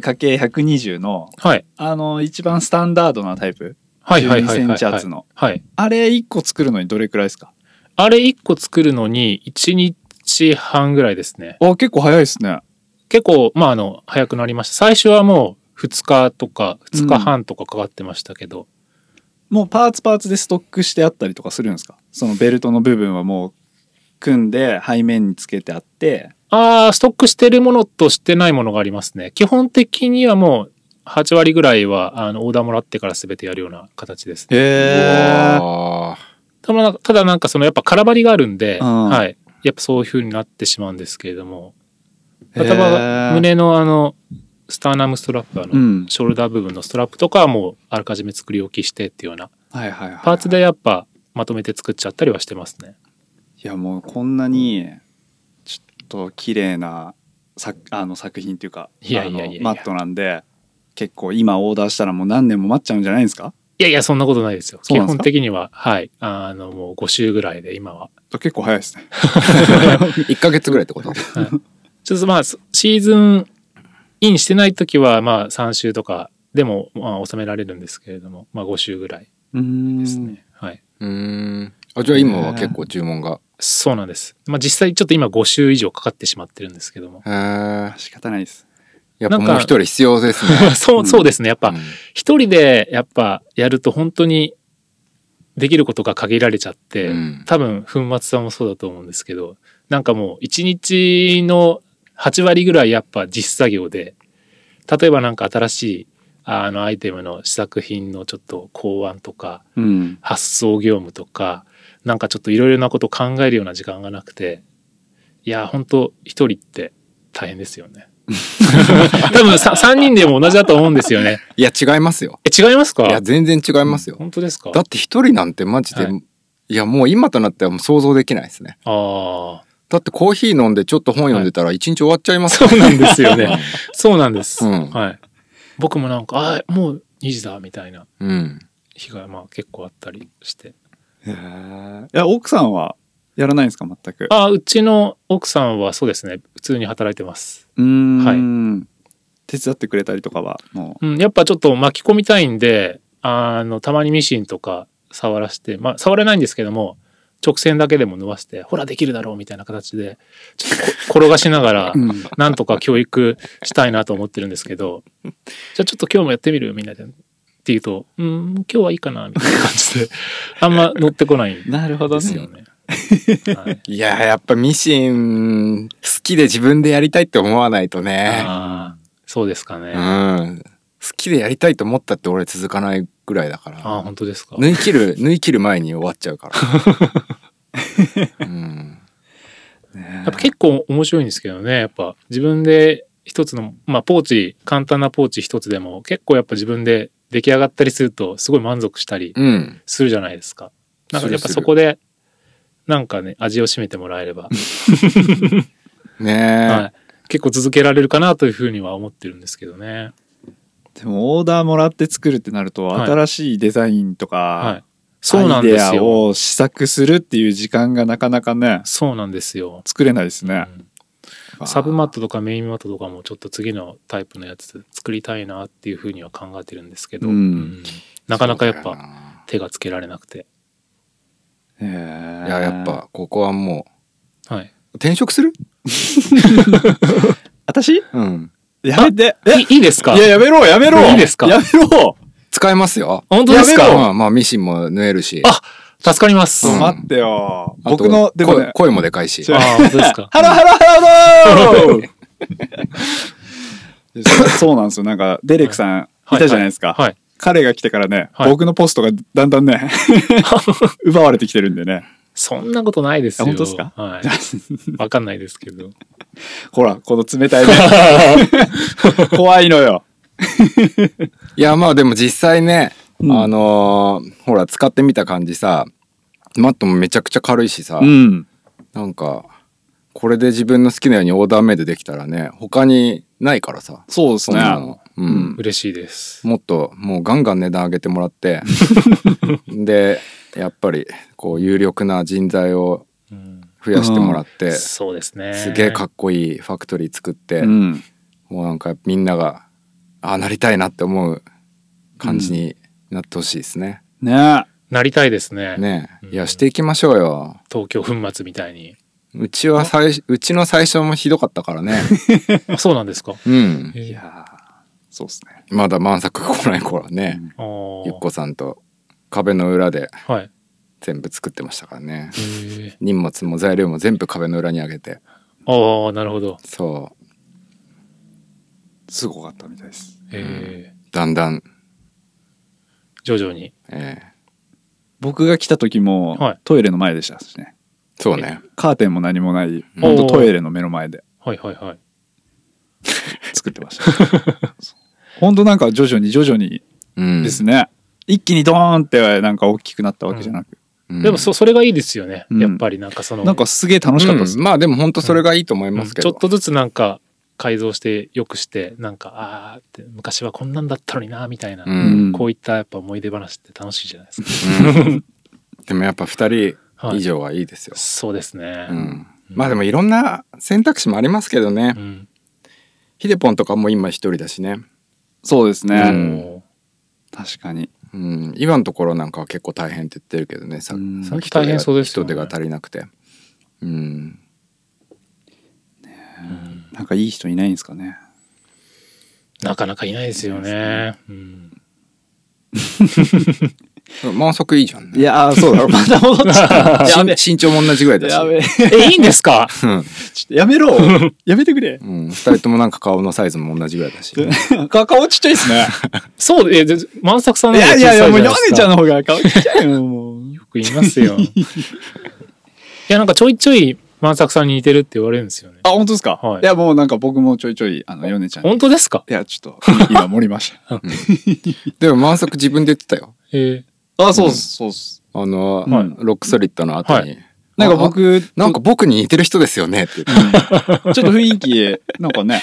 B: 90×120 の、
C: はい。
B: あの、一番スタンダードなタイプ。
C: はいはいはいはい、
B: 12セ
C: は
B: ンチ厚
C: い。
B: の。
C: はい。
B: あれ1個作るのにどれくらいですか
C: あれ1個作るのに1日半ぐらいですね。
B: あ、結構早いですね。
C: 結構、まあ、あの、早くなりました。最初はもう2日とか2日半とかかかってましたけど、
B: もうパーツパーツでストックしてあったりとかするんですかそのベルトの部分はもう組んで背面につけてあって。
C: ああ、ストックしてるものとしてないものがありますね。基本的にはもう8割ぐらいは、あの、オーダーもらってから全てやるような形ですね。
B: へ
A: わ
C: ただ、ただなんかそのやっぱ空張りがあるんで、
B: うん
C: はい。やっぱそういう風になってしまうんですけれども、
B: え。
C: 例えば胸のあの、スターナムストラップ、あの、
B: うん。
C: ショルダー部分のストラップとかはもうあらかじめ作り置きしてっていうような
B: はいはいはい。
C: パーツ。でやっぱまとめて作っちゃったりはしてますね。
B: いやもうこんなに、ちょっと綺麗な作、あの作品っていうか、
C: いやいやいやいや
B: あのマットなんで、結構今オーダーしたらもう何年も待っちゃうんじゃないですか
C: いやいや、そんなことないですよ。
B: そう
C: 基
B: なんです
C: 本
B: か
C: 的には、はい。あの、もう5週ぐらいで今は。
B: 結構早いですね。
A: 1ヶ月ぐらいってこと
C: ちょっとまあ、そシーズンインしてない時は、まあ3週とかでも、まあ収められるんですけれども、まあ5週ぐらい
B: うん
C: ですね。はい。
A: うんあじゃあ今は結構注文が
C: そうなんです。まあ実際ちょっと今5週以上かかってしまってるんですけども。
A: へえ
B: 仕方ないです。
A: やっぱ
C: なん
A: も
C: か
A: う一人必要です ね
C: そうう、
B: ん
C: そうですね。やっぱ
A: うん、
C: 一人でやっぱやると本当にできることが限られちゃって、
A: うん
C: 多分粉末さんもそうだと思うんですけどなんかもう一日の8割ぐらいやっぱ実作業で例えばなんか新しいあのアイテムの試作品のちょっと考案とか
B: うん。
C: 発送業務とかなんかちょっといろいろなこと考えるような時間がなくていや本当一人って大変です よね多分さ3人でも同じだと思うんですよね
A: いや違いますよ
C: え違いますか
A: いや全然違いますよ
C: 本当ですか
A: だって一人なんてマジで、、
C: はい
A: やもう今となってはもう想像できないですね
C: ああ
A: だってコーヒー飲んでちょっと本読んでたら一日終わっちゃいます
C: そうなんですよねそうなんです、
A: うん
C: はい僕もなんかあもう2時だみたいな
A: うん
C: 日がまあ結構あったりして
B: いや、奥さんはやらないんですか全く。
C: あうちの奥さんはそうですね普通に働いてます、
B: うん。
C: はい
B: い。手伝ってくれたりとかは、も
C: うん、やっぱちょっと巻き込みたいんであのたまにミシンとか触らしてまあ触れないんですけども直線だけでも伸ばしてほらできるだろうみたいな形でちょっとこ転がしながら
B: う。
C: なんとか教育したいなと思ってるんですけど、じゃあちょっと今日もやってみるみんなで。って言うと、うーん、今日はいいかな、みたいな感じで、あんま乗ってこないんで
B: なるほど
C: す
B: ね。
C: よね。 はい
A: いややっぱミシン好きで自分でやりたいって思わないとね
C: あーそうですかね。
A: う
C: あ
A: ん好きでやりたいと思ったって俺続かないぐらいだから
C: あー、本当ですか。
A: 縫い切る 縫い切る前に終わっちゃう から、うん、
B: ね
C: やっぱ結構面白いんですけどね、やっぱ自分で一つの、まあポーチ、簡単なポーチ一つでも、結構やっぱ自分で出来上がったりすると、すごい満足したり
A: うん、
C: するじゃないですか。なんかやっ
A: する
C: ぱ
A: する
C: そこで、なんかね、味を占めてもらえれば。
A: ねえ、
C: はい、結構続けられるかなというふうには思ってるんですけどね。
B: でもオーダーもらって作るってなると、
C: はい
B: 新しいデザインとか、
C: はい、そうなんで
B: アイ
C: す
B: デア
C: よ。
B: を試作するっていう時間がなかなかね、
C: そうなんですよ。
B: 作れないです
C: う
B: ね。
C: んサブマットとかメインマットとかもちょっと次のタイプのやつ作りたいなっていうふうには考えてるんですけど、
B: うん
C: なかなかやっ
A: そうだ
C: ぱ
A: よな
C: 手がつけられなくて、
B: へー
A: いややっぱここはも
C: はい、
A: う転職する
B: 私
A: うん
B: やめてえ
C: いいいですか
B: いややめろやめろ
C: いいですか
B: やめろ
A: 使えますよ
C: 本当です
B: やめろ
C: か
A: まあまあミシンも縫えるし
C: あ助かります。
A: うん
C: あ
B: 待ってよ
A: あと
B: 僕のでも
A: 声
B: ね
A: 声もでかいし
B: 違う。
C: あ本当ですか
B: ハロハロハローそうそうなん ですよなんかデレクさんいたじゃないですか、
C: はい。
B: 彼が来てからね、
C: はい
B: 僕のポストがだんだんね奪われてきてるんでね
C: そんなことないですよ。
B: あ本当ですか
C: はい。わかんないですけど。
B: ほらこの冷たいね怖いのよ
A: いやまあでも実際ね、
B: うん
A: あのーほら使ってみた感じさマットもめちゃくちゃ軽いしさ、
B: うん
A: なんかこれで自分の好きなようにオーダーメイドできたらね他にないからさ
B: そうです
A: そん
B: ね
A: なの、うん、
C: 嬉しいです。
A: もっともうガンガン値段上げてもらってでやっぱりこう有力な人材を
C: うん
A: 増やしてもらって、す
C: そうですね。
A: げえかっこいいファクトリー作って、
B: うん
A: もうなんかみんながああなりたいなって思う感じになってほしいですね。
B: ね
C: なりたいですね。
A: ねえ
C: うん
A: いやしていきましょうよ。
C: 東京粉末みたいに。
A: うちは最うちの最初もひどかったからね。
C: あそうなんですか。
A: うん。
B: い
C: いや
B: やーそうですね
A: まだ満作来ない頃はね、
C: あー
A: ゆっこさんと壁の裏で
C: はい。
A: 全部作ってましたからね。
C: へえ
A: 荷物も材料も全部壁の裏にあげて。
C: ああ、なるほど。
A: そう。
B: すごかったみたいです
C: ええ
A: だんだん、
C: 徐々に。
A: え
B: 僕が来た時も、
C: はい
B: トイレの前でしたしね
A: ーそうね
B: カーテンも何もない
A: うん
B: ほんとトイレの目の前で
C: はいはいはい。
B: 作ってました そうほんとなんか徐々に徐々に
A: うん
B: ですね、一気にドーンってなんか大きくなったわけじゃなく、
A: うん
C: でもそ、それがいいですよね。
B: うん
C: やっぱりなんかその、
B: なんかすげえ楽しかったです、
A: うんまあでも本当それがいいと思いますけど、
C: ちょっとずつなんか、改造してよくしてなんかああって昔はこんなんだったのになみたいな、
A: うん
C: こういったやっぱ思い出話って楽しいじゃないですか。
A: うんでもやっぱ2人
C: はい
A: 以上はいいですよ、
C: そうですね。
A: うん、まあでもいろんな選択肢もありますけどね、
C: うん
A: ヒデポンとかも今一人だしね、
B: そうですね、
A: うん
C: も
B: 確かに
A: うん、今のところなんかは結構大変って言ってるけどねさ
B: うん
A: さっき
C: 大変そうですよね
A: 人手が足りなくてうん
C: ううん
B: なんかいい人いないんですかね
C: なかなかいないですよね。うん
A: 満足いいじゃん、ね、
B: いやーそう だまた戻っちゃうやべ
A: 身身長も同じぐらいだし
B: やべちょっ
C: え、いいんですか
B: とやめろ やめてくれ
A: うん、2人ともなんか顔のサイズも同じぐらいだ し
B: か顔ちっちゃいっす ね
C: そう、え、で万作さん
B: い
C: の
B: や
C: 方が小
B: い
C: さ
B: やいやもう
C: じ
B: 山
C: なです
B: 根
C: か
B: ちゃんの方が顔ちっちゃいよもう
C: よく言いますよ。 いや、なんかちょいちょい万作さんに似てるって言われるんですよね。
B: あ本当ですか、
C: はい
B: い、やもうなんか僕もちょいちょいあのヨネちゃんにい
C: 本当ですか
B: やちょっと今盛りました
A: でも満足自分で言ってたよ
C: え
B: あそうっすそうっす
A: あの、
B: はい
A: ロックソリッドの後に、
B: なんか僕
A: あなんか僕に似てる人ですよねって言って
B: ちょっと雰囲気、なんかね、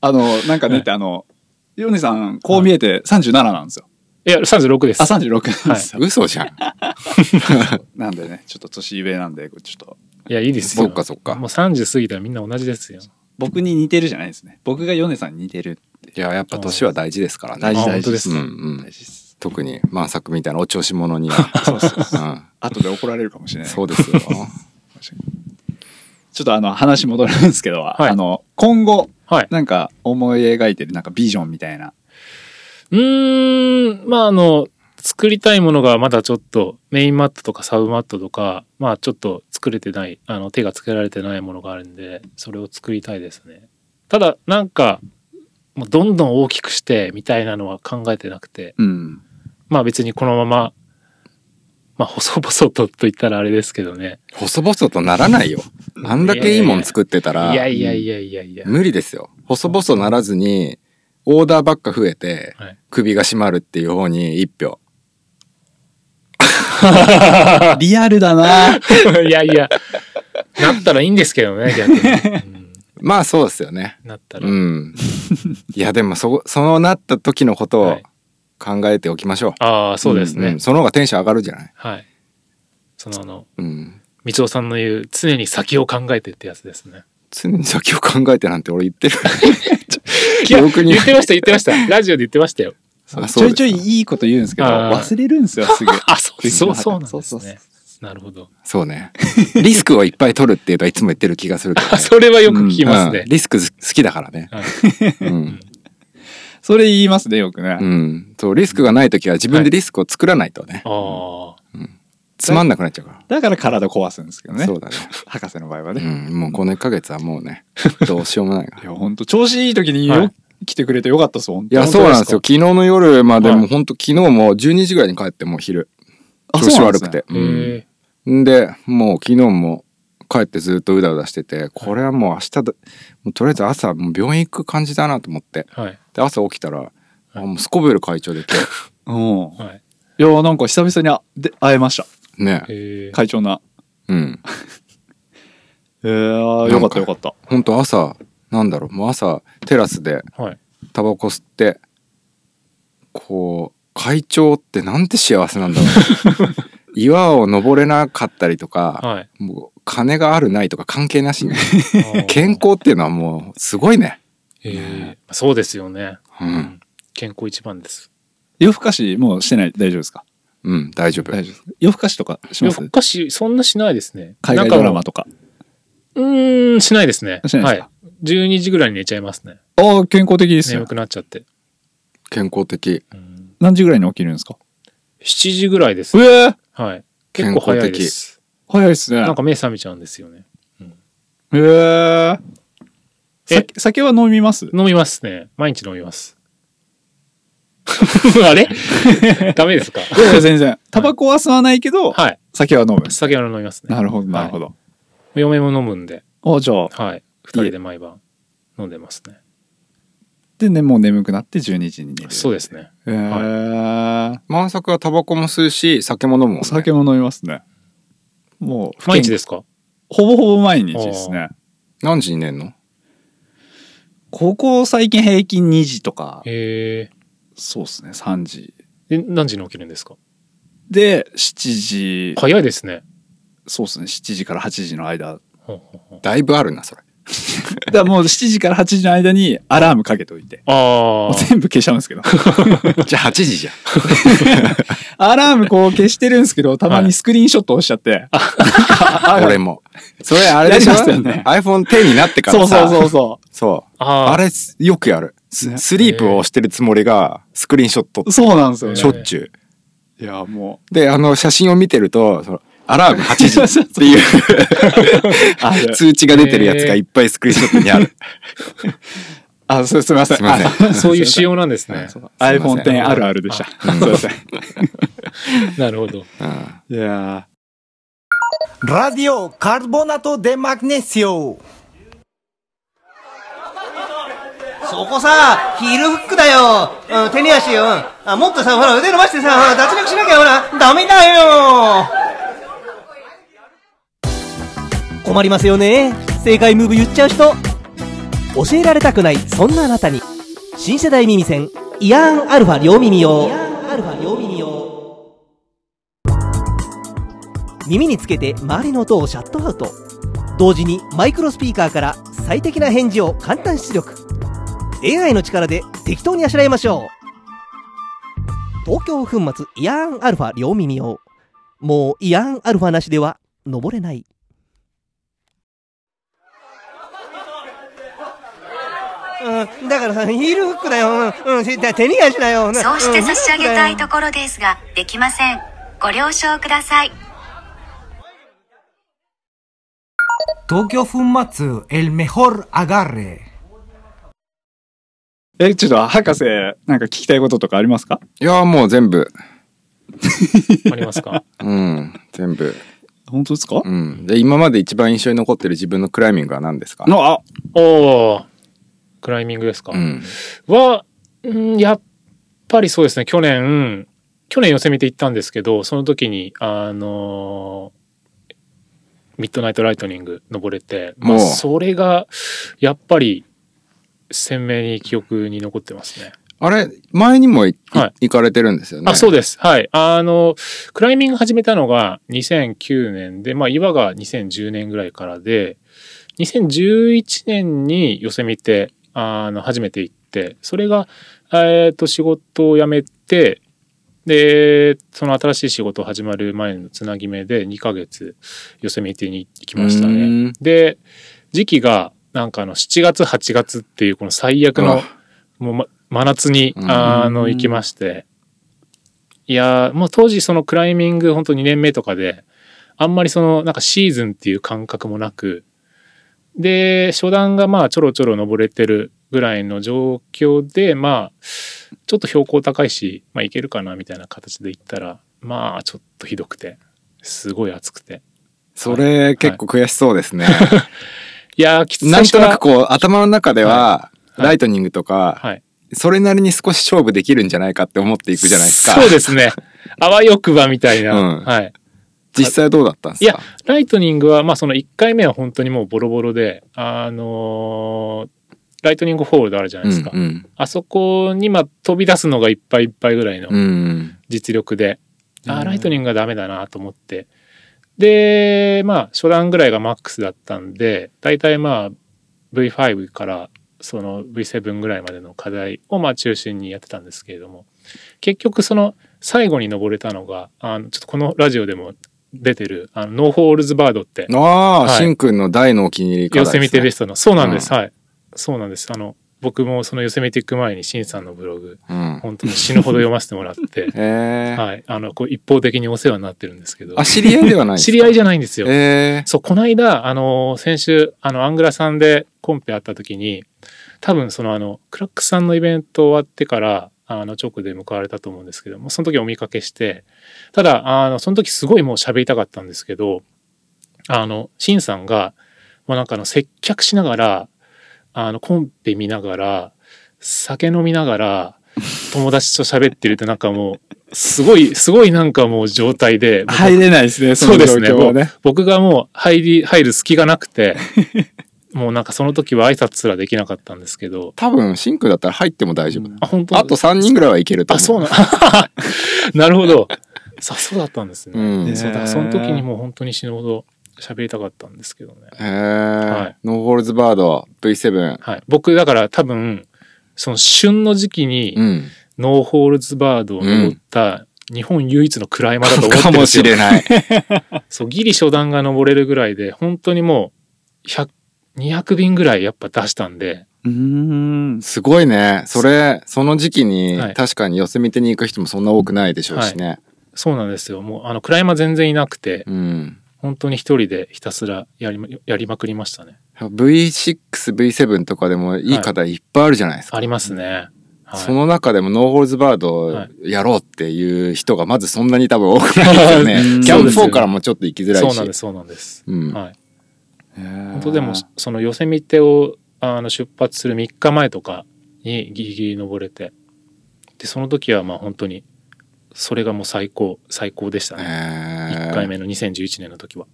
B: あの、なんかねって、あの、ヨネさん、こう見えて37なんですよ。
C: ーいや、36です。
B: あ、36なんですよ。
A: 嘘じゃん
B: なんでね、ちょっと年上なんで、ちょっと、
C: いや、いいですよ。
A: そっかそっか
C: もう30過ぎたらみんな同じですよ。
B: 僕に似てるじゃないですね。僕がヨネさんに似てる。
A: いややっぱ年は大事ですからね
B: 大事大
C: あ本当
B: 事
C: で
B: です
A: う
B: す。
A: んう
B: 大事
A: ん
B: です。
A: 特に満作みたいなお調子者には、
B: そうそうそう。
A: う
B: 後で怒られるかもしれ
A: ん、
B: ない。
A: そうですよ
B: ちょっとあの、話戻るんですけど、
C: い
B: あの、今後、
C: はい。
B: なんか思い描いてる、なんかビジョンみたいな。
C: うーん、まあ、あの、作りたいものがまだちょっとメインマットとかサブマットとか、まあちょっと作れてない、あの手がつけられてないものがあるんで、それを作りたいですね。ただ、なんか、もうどんどん大きくしてみたいなのは考えてなくて、
B: うん。
C: まあ別にこのまま、まあ細々とと言ったらあれですけどね。
A: 細々とならないよあんだけいいもん作ってた
C: い
A: ら
C: やいやいやいやいや。
A: 無理ですよ細々ならずにオーダーばっか増えて
C: はい
A: 首が締まるっていう方に一票
B: リアルだな
C: い やいや、なったらいいんですけどね、逆に。うん
A: まあそうですよね
C: なったら。
A: うんいやでもそそのなった時のこと
C: は
A: を
C: い
A: 考えておきましょう
C: ああ、そうですね。
A: んんその方がテンション上がるじゃない
C: はい。そのあの、
A: うん
C: 道夫さんの言う、常に先を考えてってやつですね。
A: 常に先を考えてなんて俺言ってる
C: いや
A: 記憶に
C: 言ってました、言ってました。ラジオで言ってましたよ。
A: あ
B: ち
A: そ
B: ょ
A: う
B: い
A: です
B: ちょいいいこと言うんですけど、
C: あー
B: 忘れるんですよ、 すぐ。
C: あ、そう、そう、そうなん
B: そう
C: で
B: そ
C: す
B: うそう
C: ね。なるほど。
A: そうね。リスクをいっぱい取るっていうのはいつも言ってる気がするけど、ね。
C: あ、それはよく聞きます
A: うん。
C: ね
A: リスク好きだからね。
C: はい
A: うん。
B: それ言いますね、よくね。
A: うん。そう、リスクがない時は自分でリスクを作らないとね。
C: ああ。
A: つまんなくなっちゃうか
B: だから体壊すんですけど
A: ら。
B: ね
A: そう。だね。
B: 博士の場合は
A: う
B: ね。
A: ん。もうこの1ヶ月はもうね、どうしようもないから。
B: いや、本当調子いい時によ、
C: はい
B: 来てくれてよかったっす、本
A: い
B: 当
A: や、そうなんですよ。。昨日の夜まで
C: は
A: も
C: い
A: 本当昨日も12時ぐらいに帰ってもう昼。
B: あ
A: 調子悪くて。
C: へえ。
A: うんで、もう昨日も帰ってずっとうだうだしてて、これはもう明日だ、もうとりあえず朝もう病院行く感じだなと思って。
C: はい。
A: で、朝起きたら、あもうスコベル会長で今日。
B: 本当ですか
C: はい。
B: うん。いや、なんか久々にあで会えました。
A: ね。
C: へ え。
B: 会長な。
A: うん。
B: えー、よかったよかった。
A: ほんと朝、なんだろう、もう朝、テラスで
C: はい。
A: タバコ吸って、こう、会長ってなんて幸せなんだろう。 岩を登れなかったりとか、
C: はい。
A: もう金があるないとか関係な しに、
C: ああ
A: 健。康っていうのはもうすごいね。
C: ええ。そうですよね。
A: うん。
C: 健康一番です。
B: 夜更かし、もうしてない、大丈夫ですか
A: うん、大丈夫。
B: 大丈夫です。夜更かしとかしま
C: 夜
B: す
C: 更かし、そんなしないですね。
B: 海外ドラマとか。
C: うーん、しないですね。
B: しない
C: は
B: です
C: い。12時ぐらいに寝ちゃいますね。
B: ああ、健康的です
C: 眠
B: よ。
C: くなっちゃって。
A: 健康的。
C: うん
B: 何時ぐらいに起きるんですか
C: 7時ぐらいです
B: え。ー、
C: はい。結構早いです。
B: 早いっすね。
C: なんか目覚めちゃうんですよね。
B: えー、
C: え
B: さ酒は飲みます
C: 飲みますね。毎日飲み ます。あ れダメですか
B: いやいや 全然。タバコは吸わないけど、
C: はい。
B: 酒は飲む。
C: 酒は飲みますね。
B: なるほど、なるほど。
C: 嫁も飲むんで、
B: ああ、じゃあ、
C: はい。二人で毎晩飲んでますね。
B: でね、もう眠くなって12時に寝る。
C: そうですね。
B: えー
A: 満作はタバコも吸うし、酒も飲むもんね
B: お酒も飲みますね。もう、。
C: 毎日ですすか
B: ほぼほぼ毎日ですね。
A: 何時に寝んの
B: ここ最近平均2時とか、
C: へえ。
B: そうですね、3時。
C: で、何時に起きるんですか
B: で、7時、
C: 早いですね。
B: そうですね、7時から8時の間。
C: ほうほうほう
A: だいぶあるなそれ
B: だからもう7時から8時の間にアラームかけといて。
C: あ
B: もう
C: あ。
B: 全部消しちゃうんですけど。
A: じゃあ8時 じゃん
B: アラームこう消してるんですけど、たまにスクリーンショット押しちゃって。
A: 俺もそれあれでしょ
B: やりましたよね
A: iPhone10 になってから
B: そう
A: さ
B: そうそうそ
A: そう
C: あ
A: あ
C: あれ
A: れすよくやるス
B: ね
A: スリープを押してるつもりがスクリーンショット
B: う。そうなんですよ
C: へ
B: ね
A: し。ょっちゅ
B: いや、も
A: うであの写真を見てるとそのアラーム8
B: う。
A: 時っていう
B: ある
A: 通知が出てるやつがいっぱいスクリーンショットにある。
B: あ、すすみません。
A: すいません
B: あ
C: そういう仕様なんですね。
A: いません
B: iPhone X あるあるでした。すいません。
C: なるほ ど。
A: うん
B: いや
D: Radio Carbonato de Magnesio
E: そこさ、ヒールフックだよ。うん、手に足よ。うんあ、もっとさ、ほら、腕伸ばしてさ、ほら、脱力しなきゃ、ほら、ダメだよ。困りますよね。正解ムーブ言っちゃう人。教えられたくない、そんなあなたに。新世代耳栓、イアンアルファ両耳用。イアンアルファ両耳用。耳につけて周りの音をシャットアウト。同時にマイクロスピーカーから最適な返事を簡単出力。AI の力で適当にあしらいましょう東京粉末イヤーンアルファ両耳用もうイヤーンアルファなしでは登れないうん、だからさ、ヒールフックだよ。うん、うん、手に足だよ。
F: そうして差し上げたいところですが、できません。ご了承ください。
D: 東京粉末 El Mejor Agarre
B: ーえ、ちょっと博士、なんか聞きたいこととかありますか
A: いやもう全部
C: ありますか
A: うん全部
B: 本当ですか
A: うんで今まで一番印象に残ってる自分のクライミングは何ですか
B: の、あ、
C: おお。クライミングですか、
A: うん
C: は、うんやっぱりそうですね、去年、去年寄せ見て行ったんですけど、その時に、あのーミッドナイトライトニング登れて、ま
A: お
C: あ、
A: う
C: それが、やっぱり、鮮明に記憶に残ってますね。
A: あれ前にもい
C: はい
A: 行かれてるんですよね
C: あ、そうです。はい。あの、クライミング始めたのが2009年で、まあ、岩が2010年ぐらいからで、2011年に寄せ見て、あの、初めて行って、それが、えっ、と、仕事を辞めて、で、その新しい仕事始まる前のつなぎ目で2ヶ月寄せ見てに行きました
A: う
C: ね
A: ん。
C: で、時期が、なんかあの、7月、8月っていう、この最悪
A: う
C: の
A: わ、
C: もう、ま、真夏に、
A: うん
C: あの、行きまして、いやーもう当時そのクライミング本当2年目とかであんまりそのなんかシーズンっていう感覚もなくで初段がまあちょろちょろ登れてるぐらいの状況でまあちょっと標高高いしまあいけるかなみたいな形で行ったらまあちょっとひどくてすごい暑くて
A: それ結構悔しそうですね、
C: いやーきつ
A: なんとなく
C: う
A: こう頭の中では、
C: はい
A: ライトニングとか、
C: はい
A: それなりに少し勝負できるんじゃないかって思っていくじゃないですか
C: そうで すねあわよくばみたいな、
A: うん
C: はい
A: 実際どうだったんですか
C: いやライトニングは、まあ、その1回目は本当にもうボロボロで、あのーライトニングホールドあるじゃないですか。
A: うんうん
C: あそこに、まあ、飛び出すのがいっぱいいっぱいぐらいの
A: うん
C: 実力で、あーライトニングがダメだなと思って。で、まあ、初段ぐらいがマックスだったんで、だいたいまあ、V5 からその V7 ぐらいまでの課題をまあ中心にやってたんですけれども、結局その最後に登れたのが、あの、ちょっとこのラジオでも出てる、あの、ノーホールズバードって、
A: ああ、
C: はい
A: しんくんの大のお気に入りから
C: ヨ
A: です、ね、
C: セミテベストの、そうなんです、
A: う
C: はい。そうなんです。あの、僕もそのヨセミテ行く前に、シンさんのブログ、
A: うん、
C: 本当に死ぬほど読ませてもらって、
A: えー
C: はい、あのこう一方的にお世話になってるんですけど
A: あ、知り合いではない
C: 知り合いじ
A: ゃ
C: ゃないんですよ。
A: え
C: そうこの間あの先週あのアングラさんでコンペあった時に多分そのあのクラックさんのイベント終わってからあの直で向かわれたと思うんですけどもうその時お見かけしてただあのその時すごいもう喋りたかったんですけどあのシンさんがもうなんかあの接客しながらあのコンペ見ながら酒飲みながら友達と喋ってるってなんかもうすごいすごいなんかもう状 態でもう
B: 入れないですね、そ
C: そう
B: の
C: で
B: 状
C: すね。
B: 況は
C: もう
B: ね。
C: 僕がもう入り、入る隙がなくて、 もうなんかその時は挨拶すらできなかったんですけど、
A: 多分シンクだったら入っても大丈夫だ、
C: あ、本当
A: あと3人ぐらいはいけると
C: あ、
A: 思う
C: そうな、 なるほど。さ、そうだったんですね。
A: うん、
B: ね
C: そうだからその時にもう本当に死ぬほど喋りたかったんですけどね。
A: へえ、
C: はい
A: ノーホールズバード V7
C: はい。僕、だから多分、その旬の時期に
A: うん
C: ノーホールズバードを登った日本唯一のクライマーだと思って
A: か
C: るん
A: も
C: です
A: し
C: よ。
A: れ ない
C: そう、ギリ初段が登れるぐらいで、本当にもう、100、200便ぐらいやっぱ出したんで、
B: うん。
A: すごいねそれその時期に、
C: はい
A: 確かに寄せ見てに行く人もそんな多くないでしょうしね、
C: そうなんですよ。もう、あの、クライマー全然いなくて、
A: うん
C: 本当に一人でひたすらやりま、やりまくりましたね。
A: V6V7 とかでもいい方いっぱいあるじゃないですか、
C: ありますね。はい、
A: その中でもノーホールズバードをやろうっていう人がまずそんなに多分多くないですよね
B: うん
A: キャンプ4からもちょっと行きづらいし
C: そうなんです、そうなんです。
A: うん
C: はい。
B: 本
C: 本当でも、その寄せ見手をあの出発する3日前とかにギリギリ登れて、で、その時はまあ本当に、それがもう最高、最高でしたね。
A: えー
C: 1回目の2011年の時は。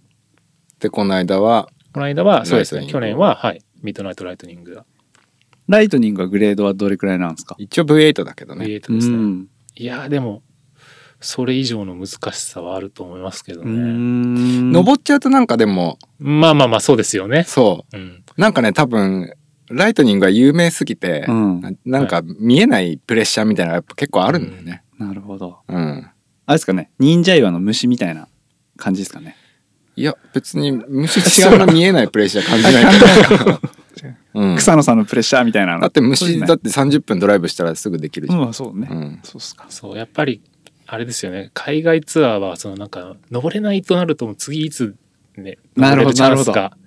A: でこの間は
C: この間は、そうです
A: ラ
C: ね。
A: イトニング
C: 去年は、はい。ミッドナイトライトニングが
B: ライトニングはグレードはどれくらいなんですか
A: 一応 V8 だけどね、
C: V8 ですね。
B: うん
C: いやーでも、それ以上の難しさはあると思いますけど
B: う
C: ね。
B: ん
A: 登っちゃうとなんかでも
C: まあまあまあ、そうですよね。
A: そ
C: うん。
A: うなんかね多分ライトニングが有名すぎて、
B: うん
A: ななんか見えないプレッシャーみたいなのがやっぱ結構あるんだよね
B: なるほど。
A: うん、
B: あれですかね、忍者岩の虫みたいな感じですかね。
A: いや別に虫違うの見えないプレッシャー感じないけ ど、うん、
B: 草野さんのプレッシャーみたいなの。
A: だって虫だ
B: っ
A: って30分ドライブしたらすぐできるじゃん、
B: まあそうね。
A: うん
B: そうっすか。
C: そう、やっぱり、あれですよね。海外ツアーは、そのなんか、登れないとなると、次いつね、
B: なるほ
C: 登れ
B: ど
C: るチャンス
B: なる
C: が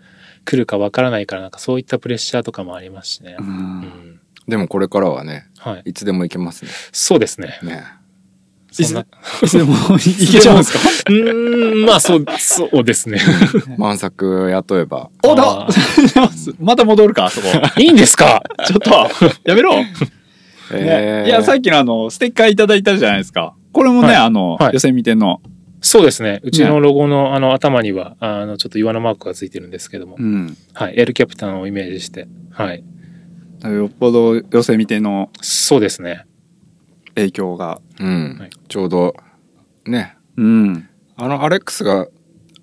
C: 来るかわからないから、なんかそういったプレッシャーとかもありますしね
B: う。
C: うん
B: ん。
A: でもこれからはね
C: はい。
A: いつでも行けますね
C: そうですね。
A: ね
C: そんな。
B: いつでもいけちゃうんですか
C: うーん、まあ、そう、そうですね。
A: 満作雇えば
B: おだ
C: あー
B: また戻るか、あそこ。
C: いいんで すか
B: ちょっと、やめろ、ね
A: えー
B: いや、さっきのあの、ステッカーいただいたじゃないですか。これもね、
C: はい
B: あの、
C: はい
B: 予選見ての。
C: そうですね。うちのロゴのあの頭には、あの、ちょっと岩のマークがついてるんですけども、
B: うん。
C: はい。エルキャプタンをイメージして、はい。
B: よっぽど予選見ての
C: そうですね。
B: 影響が。
A: うん、
C: はい
A: ちょうどね
B: うん。
A: あのアレックスが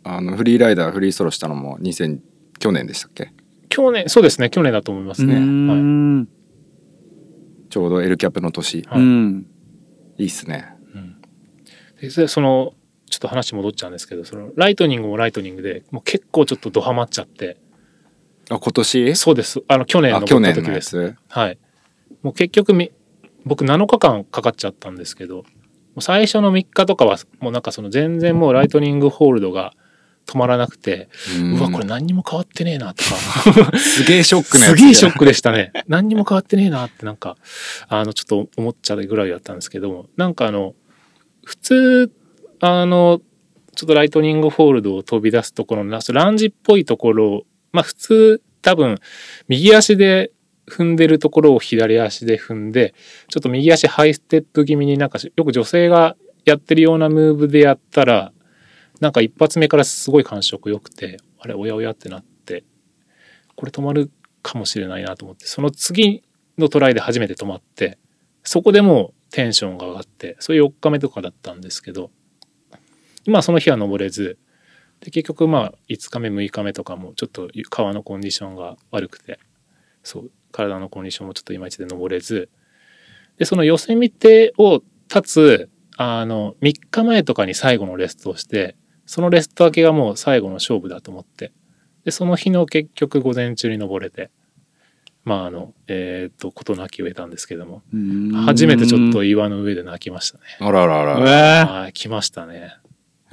A: あのフリーライダーフリーソロしたのも2000去年でしたっけ
C: 去年、そうですね。去年だと思います
B: う
C: ね。はい。
B: ん。
A: ちょうど L キャップの年、
C: はい
B: うん。
A: い、いっすね
C: うんでそそのちょっと話戻っちゃうんですけどそのライトニングもライトニングでもう結構ちょっとドハマっちゃって
A: あ今年
C: そうですあの去年
A: あ
C: の
A: 去
C: った
A: 年
C: 時
A: のや
C: です
A: つ
C: はいもう結局み僕7日間かかっちゃったんですけどもう最初の3日とかはもうなんかその全然もうライトニングホールドが止まらなくて、うわこれ何にも変わってねえなとか
A: すげえショックなや
C: す
A: つ
C: げえショックでしたね。何にも変わってねえなってなんか、あの、ちょっと思っちゃうぐらいだったんですけども、なんかあの、普通、あの、ちょっとライトニングホールドを飛び出すところのラストランジっぽいところを、まあ普通多分右足で踏んでるところを左足で踏んで、ちょっと右足ハイステップ気味になんかよく女性がやってるようなムーブでやったら、なんか一発目からすごい感触良くて、あれおやおやってなって、これ止まるかもしれないなと思ってその次のトライで初めて止まってそこでもうテンションが上がってそれ4日目とかだったんですけどまあその日は登れずで結局まあ5日目6日目とかもちょっと川のコンディションが悪くてそう体のコンディションもちょっといまいちで登れずでその寄せ見てを立つあの3日前とかに最後のレストをしてそのレスト明けがもう最後の勝負だと思ってでその日の結局午前中に登れてまああのえっ、と事なきを得たんですけども初めてちょっと岩の上で泣きましたね
A: あらあらあ
B: う
A: ら
B: わ
C: はい来ましたね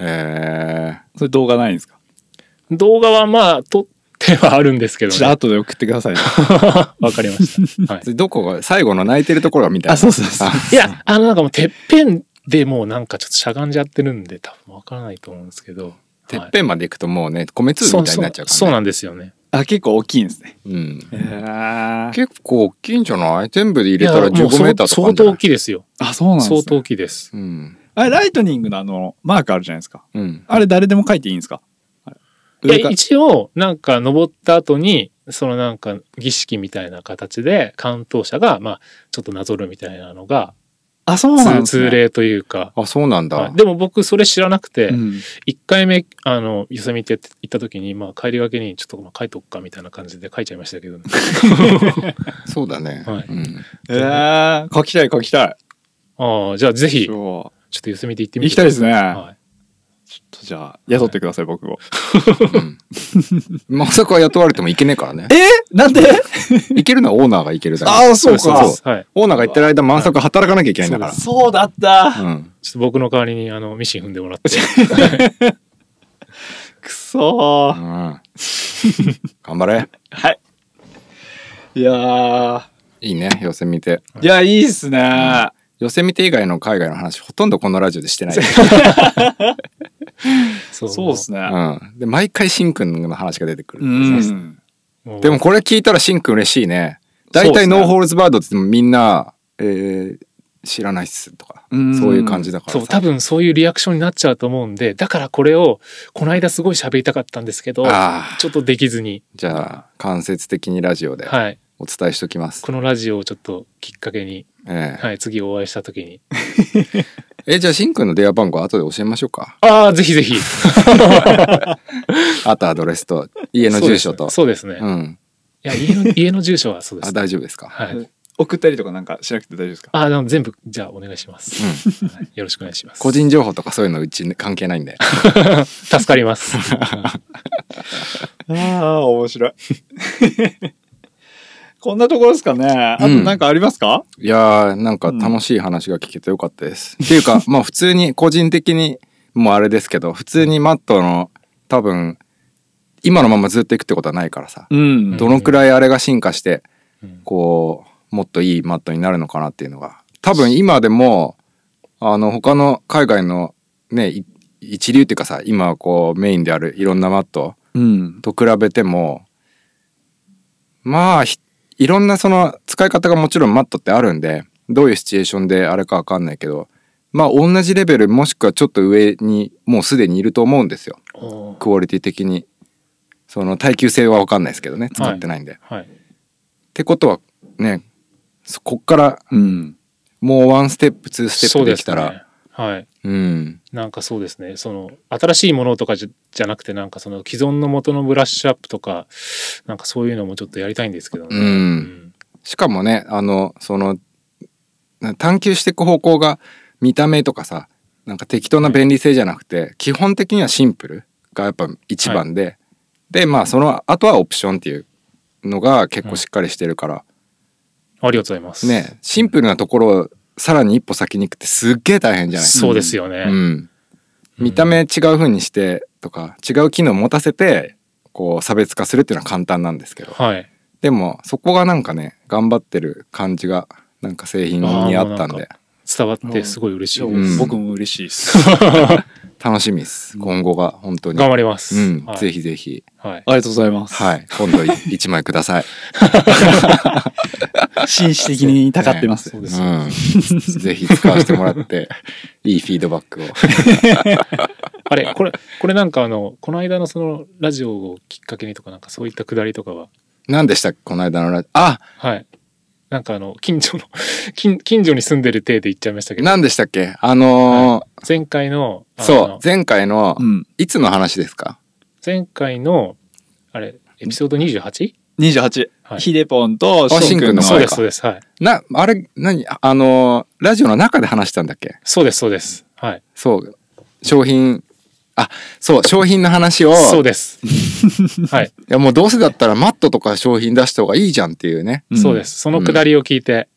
A: え
B: ーそれ動画ないんですか
C: 動画はまあ撮ってはあるんですけど
B: ちょっ
C: ね
B: と後で送ってくださいね。
C: わかりました、は い
A: ー、、どこが最後の泣いてるところがみたいな
B: あ、そうそうそう。
C: いやあのなんかもうてっぺんでもうなんかちょっとしゃがんじゃってるんで多分わからないと思うんですけど
A: てっぺんまで行くともうね米
C: はい
A: 粒みたいになっちゃうから、ね、
C: そうそうそうなんですよね
B: あ、結構大きいんですね。
A: うん
B: あ、
A: 結構大きいんじゃない全部で入れたら
C: いやもうそ
A: 15メーターとかある
C: 相
A: んじゃ
C: 当
A: ない
C: 大きいですよ
B: そうなんですね
C: 相当大きいです
A: うん
B: あれ、ライトニングのあの、マークあるじゃないですか。
A: うん
B: あれ、誰でも書いていいんですかあれ
C: いや一応なんか登った後にそのなんか儀式みたいな形で担当者がまあちょっとなぞるみたいなのが
B: あ、そうなん
C: 通
B: ですね
C: 通。例というか、
A: あ、そうなんだ。
C: はいでも僕それ知らなくて、
B: うん
C: 一回目あのヨセミテ行った時に、まあ、帰りがけにちょっとまあ書いとくかみたいな感じで書いちゃいまし たけど、ね、
A: そうだね。
C: はい
A: うん
B: えー、書きたい書きた
C: ああじゃあぜ
B: い。
C: ひちょ
B: そ
C: っとヨセミテ行って
B: う
C: み
B: 行
C: て
B: きたいですね。
C: はい、
B: ちょっとじゃあ、雇ってください、僕を。
A: うんまさか雇われてもいけねえからね。
B: えなんで
A: いけるのはオーナーがいけるだ
B: ああ、そう
C: そうで
B: か。
C: すはい、
A: オーナーが行ってる間、満足働かなきゃいけないんだから。
B: そうだった。
A: うん。
C: ちょっと僕の代わりにあのミシン踏んで もらって
B: くそー。
A: うん。頑張れ。
B: はい。いやー。
A: いいね、予選見て。
B: いや、いいっすね。
A: 予選見て以外の海外の話、ほとんどこのラジオでしてない。
C: そ
B: そうっすね。
A: うん。で、毎回しんくんの話が出てくる。
B: うん。
C: もう
A: でもこれ聞いたらしんくん嬉しいね。大
B: そうっ
A: 体
B: すね
A: ノーホールズバードって言ってもみんな、えー知らないっすとか、
B: うん
A: そういう感じだからさ。
C: そう多分そういうリアクションになっちゃうと思うんでだからこれをこの間すごい喋りたかったんですけど
A: ああ
C: ちょっとできずに、
A: じゃあ、間接的にラジオで
C: はい、
A: お伝えしときます。
C: このラジオをちょっときっかけに、
A: ええ
C: はい、次お会いした時に
A: え、じゃあしんくんの電話番号後で教えましょうか。
C: ああぜひぜひ
A: あとアドレスと家の住所と。
C: そうですね。そうですね
A: うん。
C: いや 家の家の住所はそうで
A: あ、
C: す、
A: 大丈夫ですか。
C: はい。
B: 送ったりとかなんかしなくて大丈夫ですか
C: ああの全部じゃあお願いします、はいよろしくお願いします。
A: 個人情報とかそういうのうち関係ないんで。
C: 助かり ます。
B: ああ、面 白い。こんなところですかね。あとなんかありますか、
A: いやー、なんか楽しい話が聞けてよかったです。っていうか、まあ普通に個人的にもうあれですけど、普通にマットの多分、今のままずっといくってことはないからさ、
B: うん
A: どのくらいあれが進化して
C: うん、
A: こう、もっといいマットになるのかなっていうのが、多分今でも、あの、他の海外のね、い一流っていうかさ、今こうメインであるいろんなマット、
B: うん。
A: と比べてもまあひいろんなその使い方がもちろんマットってあるんでどういうシチュエーションであれかわかんないけどまあ同じレベルもしくはちょっと上にもうすでにいると思うんですよ
C: おー
A: クオリティ的にその耐久性はわかんないですけどね使ってないんで。っ
C: はい。
A: てことはねそこっから
B: うん。
A: もうワンステップツーステッ
C: そう
A: プで
C: で
A: き
C: す
A: たらう,、
C: ね。はい。
A: ん
C: なんかそうですね。その新しいものとかじゃじゃなくてなんかその既存の元のブラッシュアップとかなんかそういうのもちょっとやりたいんですけどね。
A: うんしかもねあのそのな探求していく方向が見た目とかさなんか適当な便利性じゃなくて、基本的にはシンプルがやっぱ一番で、でまあその後はオプションっていうのが結構しっかりしてるから、
C: ありがとうございます。
A: ねシンプルなところをさらに一歩先に行くってすっげえ大変じゃない
C: そうですよね。
A: うん、見た目違う風にしてとか違う機能を持たせてこう差別化するっていうのは簡単なんですけど
C: はい。
A: でもそこがなんかね頑張ってる感じがなんか製品にあったん
C: あーもうなん
A: で
C: か伝わってすごい嬉しいです。
A: うん
B: 僕も嬉しい です。あ
A: 楽しみです今後が本当に
C: 頑張ります。
A: うん
C: はい、
A: ぜひぜひ
C: はい。
B: りがとうございます。
A: はい今度い一枚くだ さい
B: 紳士的にたかってます。
C: そう
A: う
C: で
A: ん
C: すよ。
A: ぜひ使わせてもらっていいフィードバックを
C: あれこれこれなんかあのこの間のそのラジオをきっかけにとかなんかそういったくだりとかは
A: 何でしたっけこの間のラあ
C: はいなんかあの近所の 近近所に住んでる体で言っちゃいましたけど
A: 何でしたっけあの
C: 前回の
A: ー
C: あの
A: そう前回の
B: うん。
A: いつの話ですか
C: 前回のあれエピソード 28?
B: 28。
C: はい
B: ヒデポンと
A: あ
B: シンくんの。
A: シンくんの
C: そう
A: 前
C: で
A: か
C: すそうですはい
A: なあれ何あのーラジオの中で話したんだっけ
C: そうですそうですはい
A: そう商品あそう商品の話を
C: そうです はい、
A: いやもうどうせだったらマットとか商品出した方がいいじゃんっていうね。
B: うん
C: そうで。すそのくだりを聞いて、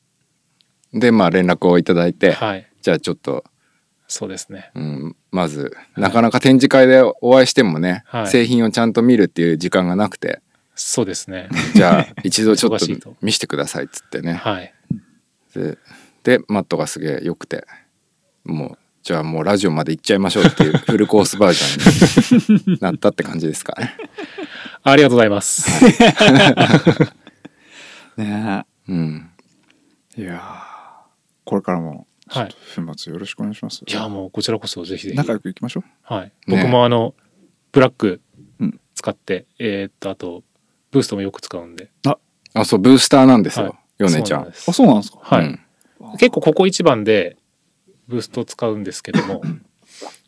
A: で、まあ連絡をいただいて、
C: はい
A: じゃあちょっと、
C: そうですね
A: うん、まず、なかなか展示会でお会いしてもね、
C: はい
A: 製品をちゃんと見るっていう時間がなく て、
C: そうですね
A: じゃあ一度ちょっ
C: 忙しい
A: と
C: と
A: 見せてくださいっつってね。
C: はい
A: ででマットがすげえ良くて、もう、じゃあもうラジオまで行っちゃいましょうっていうフルコースバージョンになったって感じですかね。
C: ありがとうございます、
B: ね
A: うん。
B: えいやーこれからも、ちょ
C: は
B: っ
C: い
B: と、粉末よろしくお願いします。
C: いやもうこちらこそぜひぜひ
B: 仲良くいきましょう。
C: はい、
A: ね
C: 僕もあのブラック
B: うん
C: 使って、えーっとあとブーストもよく使うんで。
A: あそうブースターなんですよ、
C: はい
A: ヨネちゃ
C: そうなん
A: ん
C: です
B: あ、そうなんですか
C: はい。
A: うん
C: 結構ここ一番でブーストを使うんですけど も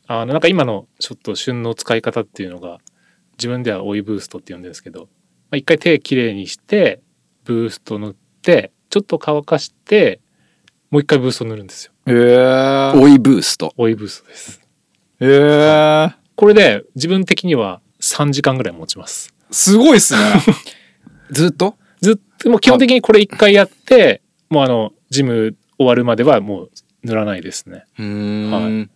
C: あのなんか今のちょっと旬の使い方っていうのが自分では追いブーストって呼んでるんですけど、まあ、一回手きれいにしてブースト塗ってちょっと乾かしてもう一回ブースト塗るんですよ
B: へえ。
A: 追いブースト
C: 追いブーストです
B: へえ。
C: これで自分的には3時間ぐらい持ちます
B: すごいっす ね。
A: ずっと
C: ずっともう基本的にこれ一回やってもうあのジム終わるまではもう塗らないですね
A: うーん、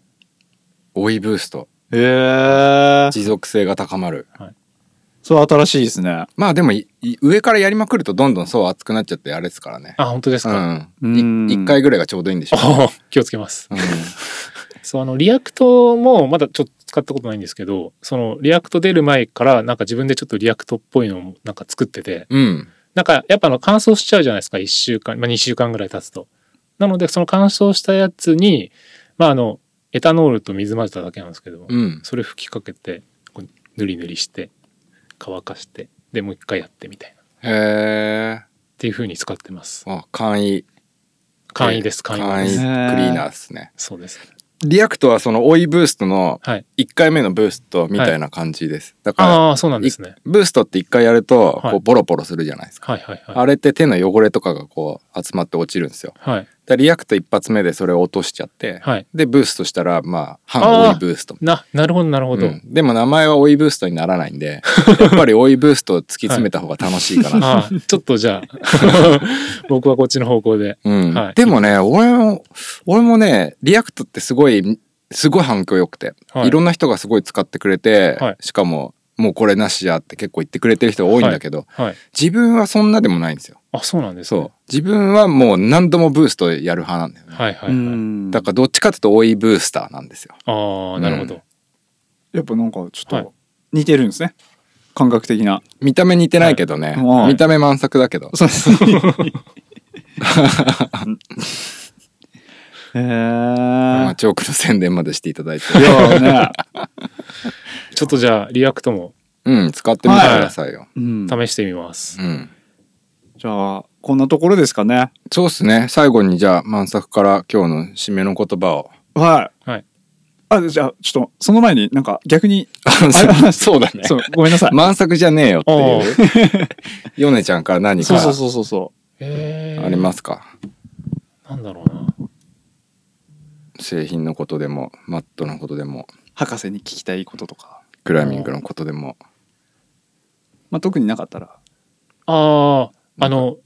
A: 追いブースト
B: へえ。
A: 持続性が高まる
B: それ新しいですね。
A: まあでもいい上からやりまくるとどんどん層厚くなっちゃってあれですからね
C: あ本当ですか、
A: う
B: うんん
A: い一回ぐらいがちょうどいいんでしょうね、
C: おー気をつけます
A: うん
C: そうあのリアクトもまだちょっと使ったことないんですけどそのリアクト出る前からなんか自分でちょっとリアクトっぽいのもなんか作ってて
A: うん
C: なんかやっぱあの乾燥しちゃうじゃないですか1週間、まあ、2週間ぐらい経つとなのでその乾燥したやつにまああのエタノールと水混ぜただけなんですけども、
A: うん
C: それ吹きかけてこうぬりぬりして乾かしてでもう一回やってみたいなっ
A: へえ
C: ていう風に使ってます
A: あ簡易
C: 簡易です簡
A: 簡
C: 易
A: 易
C: 版です
A: クリーナーですね
C: そうです
A: リアクトはその追いブーストの
C: はい
A: 1回目のブーストみたいな感じです、だか
C: ああそうな
A: ら
C: んですね
A: いブーストって1回やると
C: はい
A: こうボロボロするじゃないですか、
C: はいはいはい
A: あれって手の汚れとかがこう集まって落ちるんですよ
C: はい
A: でリアクト一発目でそれを落としちゃって、
C: はい
A: でブーストしたらまあ
C: あ
A: 半追
C: ー
A: いブースト
C: ななるほどなるほど、
A: うんでも名前は追いブーストにならないん でやっぱり追いブーストを突き詰めた方が楽しいかな、
C: ああちょっと じゃあ僕はこっちの方向で。
A: うん
C: はい
A: でもね俺も俺もねリアクトってすごいすごい反響良くて、、
C: はいい
A: ろんな人がすごい使ってくれて、
C: はい
A: しかももうこれなしやって結構言ってくれてる人が多いんだけど、
C: はい。
A: 自分はそんなでもないんですよ
C: あそうなんです、ね。
A: そう自分はもう何度もブーストやる派なんだよね
C: はいはいはい。
B: うん
A: だからどっちかっていうと追いブースターなんですよ
C: ああなるほど。
B: やっぱなんかちょっ
C: はい
B: と似てるんですね。感覚的 な。
A: 見た目似てないけどね、
B: はい
A: 見た目満作だけど、
B: そうですね。へえ。
A: まあ、
B: い
A: チョークの宣伝までしていただい て
B: や ね。
C: ちょっとじゃあリアクトも
A: うん使ってみてくださいよ、
B: うん。
C: 試してみます。
A: うん
B: じゃあ、こんなところですかね。
A: そうっすね最後にじゃあ満作から今日の締めの言葉を
B: はい。
C: はい。
B: あ、じゃあ、ちょっと、その前になんか逆に、
A: あ
B: あれ
A: のそうだね
B: そう、ごめんな さい。
A: 満作じゃねえよって
C: お
A: いう ヨネちゃんから何
B: そ
A: か
B: うそうそうそうそ
C: えー、
A: ありますか
C: なんだろうな。
A: 製品のことでもマットのことでも
B: う。博士に聞きたいこととか。
A: クライミングのことでも
B: まあ、特になかったら。
C: あああの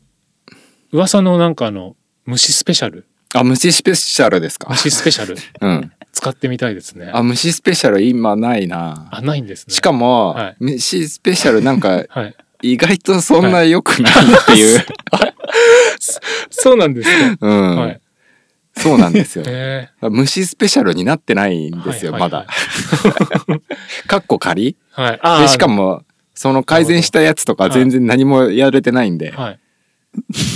C: 噂のなんかあの虫スペシャル
A: あ虫スペシャルですか
C: 虫スペシ ャル
A: うん
C: 使ってみたいですね。
A: あ虫スペシャル今ないな
C: あないんですね。
A: しかも、
C: はい
A: 虫スペシャルなんか
C: はい。
A: 意外とそんな良くないっていう、
C: そうなんですね。
A: うん、
C: はい。
A: そうなんですよ
C: え
A: 虫スペシャルになってないんですよ、
C: はいはい
A: まだ。かっこ仮
C: ー、はい。あ
A: で
C: ー
A: しかも、その改善したやつとか
C: なるほど
A: 全然何もやれてないんで、
C: はい。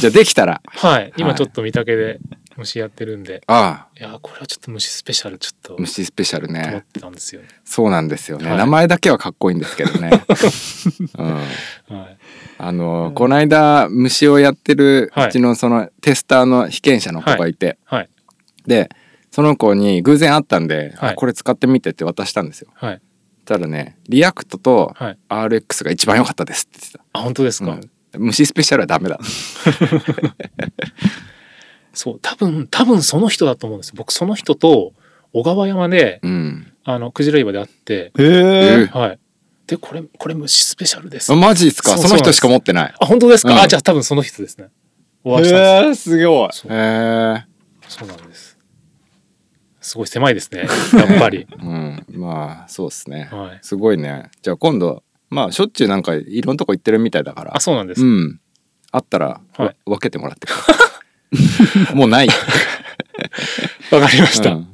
A: じゃあできたら、
C: はい。今ちょっと見たけで虫やってるんで。
A: ああ、
C: いやーこれはちょっと虫スペシャルちょっと。
A: 虫スペシャル
C: 思っ
A: ね。
C: てたんですよね。
A: そうなんですよね、
C: はい
A: 名前だけはかっこいいんですけ どね。うん、
C: はい。
A: あの、こないだ虫をやってる
C: はいう
A: ちのそのテスターの被験者の子がいて、
C: はい。
A: で、その子に偶然会ったんで、あ
C: はい
A: これ使ってみてって渡したんですよ。
C: はい。
A: たらね、リアクトと
C: はい。
A: RX が一番良かったですって言ってた。
C: あ、本当ですか。
A: うん虫スペシャルはダメだ。
C: そう。多分、多分その人だと思うんです。僕、その人と小川山で、
A: うん。
C: あの、クジラ岩で会って、
B: へえ。
C: はい。で、これ、これ虫スペシャルです。
A: あ
C: あ、
A: マジっすか
C: そ
A: そ
C: う
A: の人しか持ってない。
C: 本当ですか、
A: うん
C: あ、じゃあ多分その人ですね。お会いしたんで
B: へえ、すごい。
C: す。そう
A: へえ。
C: そうなんです。すごい狭いですね。やっぱり。
A: うん。まあ、そうっすね。
C: はい
A: すごいね。じゃあ今度、まあ、しょっちゅうなんかいろんなとこ行ってるみたいだから。
C: あ、そうなんです。
A: うん。あったら、
C: はい
A: わ分けてもらってくだ さいもうない。
C: わかりました、
A: うん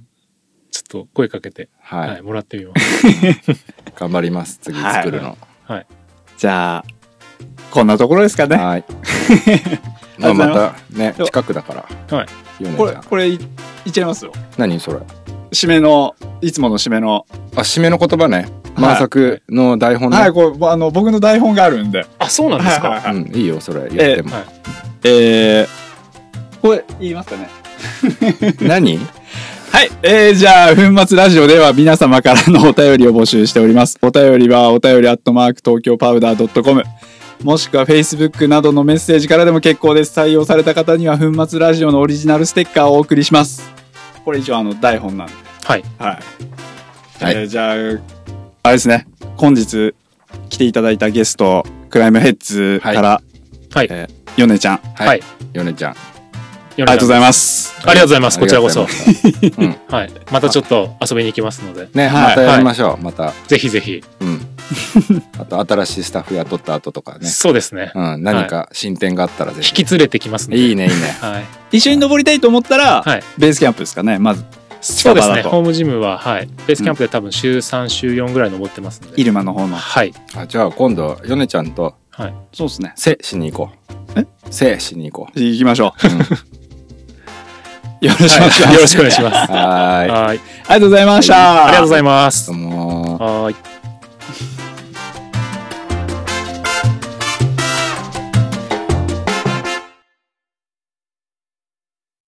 C: ちょっと声かけて、は、
A: はいい、
C: もらってみます。
A: 頑張ります。次作るの。
C: はい。
B: じゃあ、こんなところですか ね。
A: はい。まあ、またね、
B: では
A: 近くだから。
C: はい。
A: ヨネち
B: こ
A: ゃ
B: れ、
A: ん
B: これい、いっちゃいますよ。
A: 何それ。
B: 締めの、いつもの締めの。
A: あ、締めの言葉ね。満作の台本ね、
B: はい、こう、あの、僕の台本があるんで。
C: あ、そうなんです
B: はい
C: か。
B: はい
A: うん、いいよそれやっても、
C: は
B: えー、これ、言いますかね。
A: 何
B: はい。えー、じゃあ、粉末ラジオでは皆様からのお便りを募集しております。お便りは、お便りアットマーク東京パウダー .com。もしくは Facebook などのメッセージからでも結構です。採用された方には、粉末ラジオのオリジナルステッカーをお送りします。これ一応、あの、台本なんで。
C: はい。
B: はい。
A: はい
B: えーじゃあ、あれですね。本日、来ていただいたゲスト、クライムヘッズから、
C: はい。
B: えー、ヨネちゃん、あ
A: は
C: はいい。
A: ヨネちゃん
C: り
B: りがとうござい
C: ま
B: ます。
C: す。ありがとうございます。こちらこ
A: あり。
C: そ
A: がとうございますうん
C: はい。またちょっと遊びに行きますので、
A: ね、
B: はい
A: またやりましょう、また
C: ぜひぜひ。
A: うん。あと新しいスタッフ雇った後とかね。
C: そうですね。
A: うん、何か進展があったらぜひ。
C: 引き連れてきますので。
A: いいねいいね。
C: はい。
B: 一緒に登りたいと思ったら、
C: はい。
B: ベースキャンプですかねまず
C: そうです
B: 近
C: ね。
B: 場だと
C: ホームジムは、はい。ベースキャンプで多分週3、週4ぐらい登ってますので。
B: 入間の方の
C: はい。
A: あじゃあ今度ヨネちゃんと
C: はい。
B: そうですね
A: せしに行こう。
B: え？
A: せしに行こう。
B: 行きましょう、
A: ん
B: よろしくお願いします、
C: よろしくお願いします。
A: はーい。
C: はい。
B: ありがとうございました、
C: ありがとうございます
A: どう。もー。
C: はい。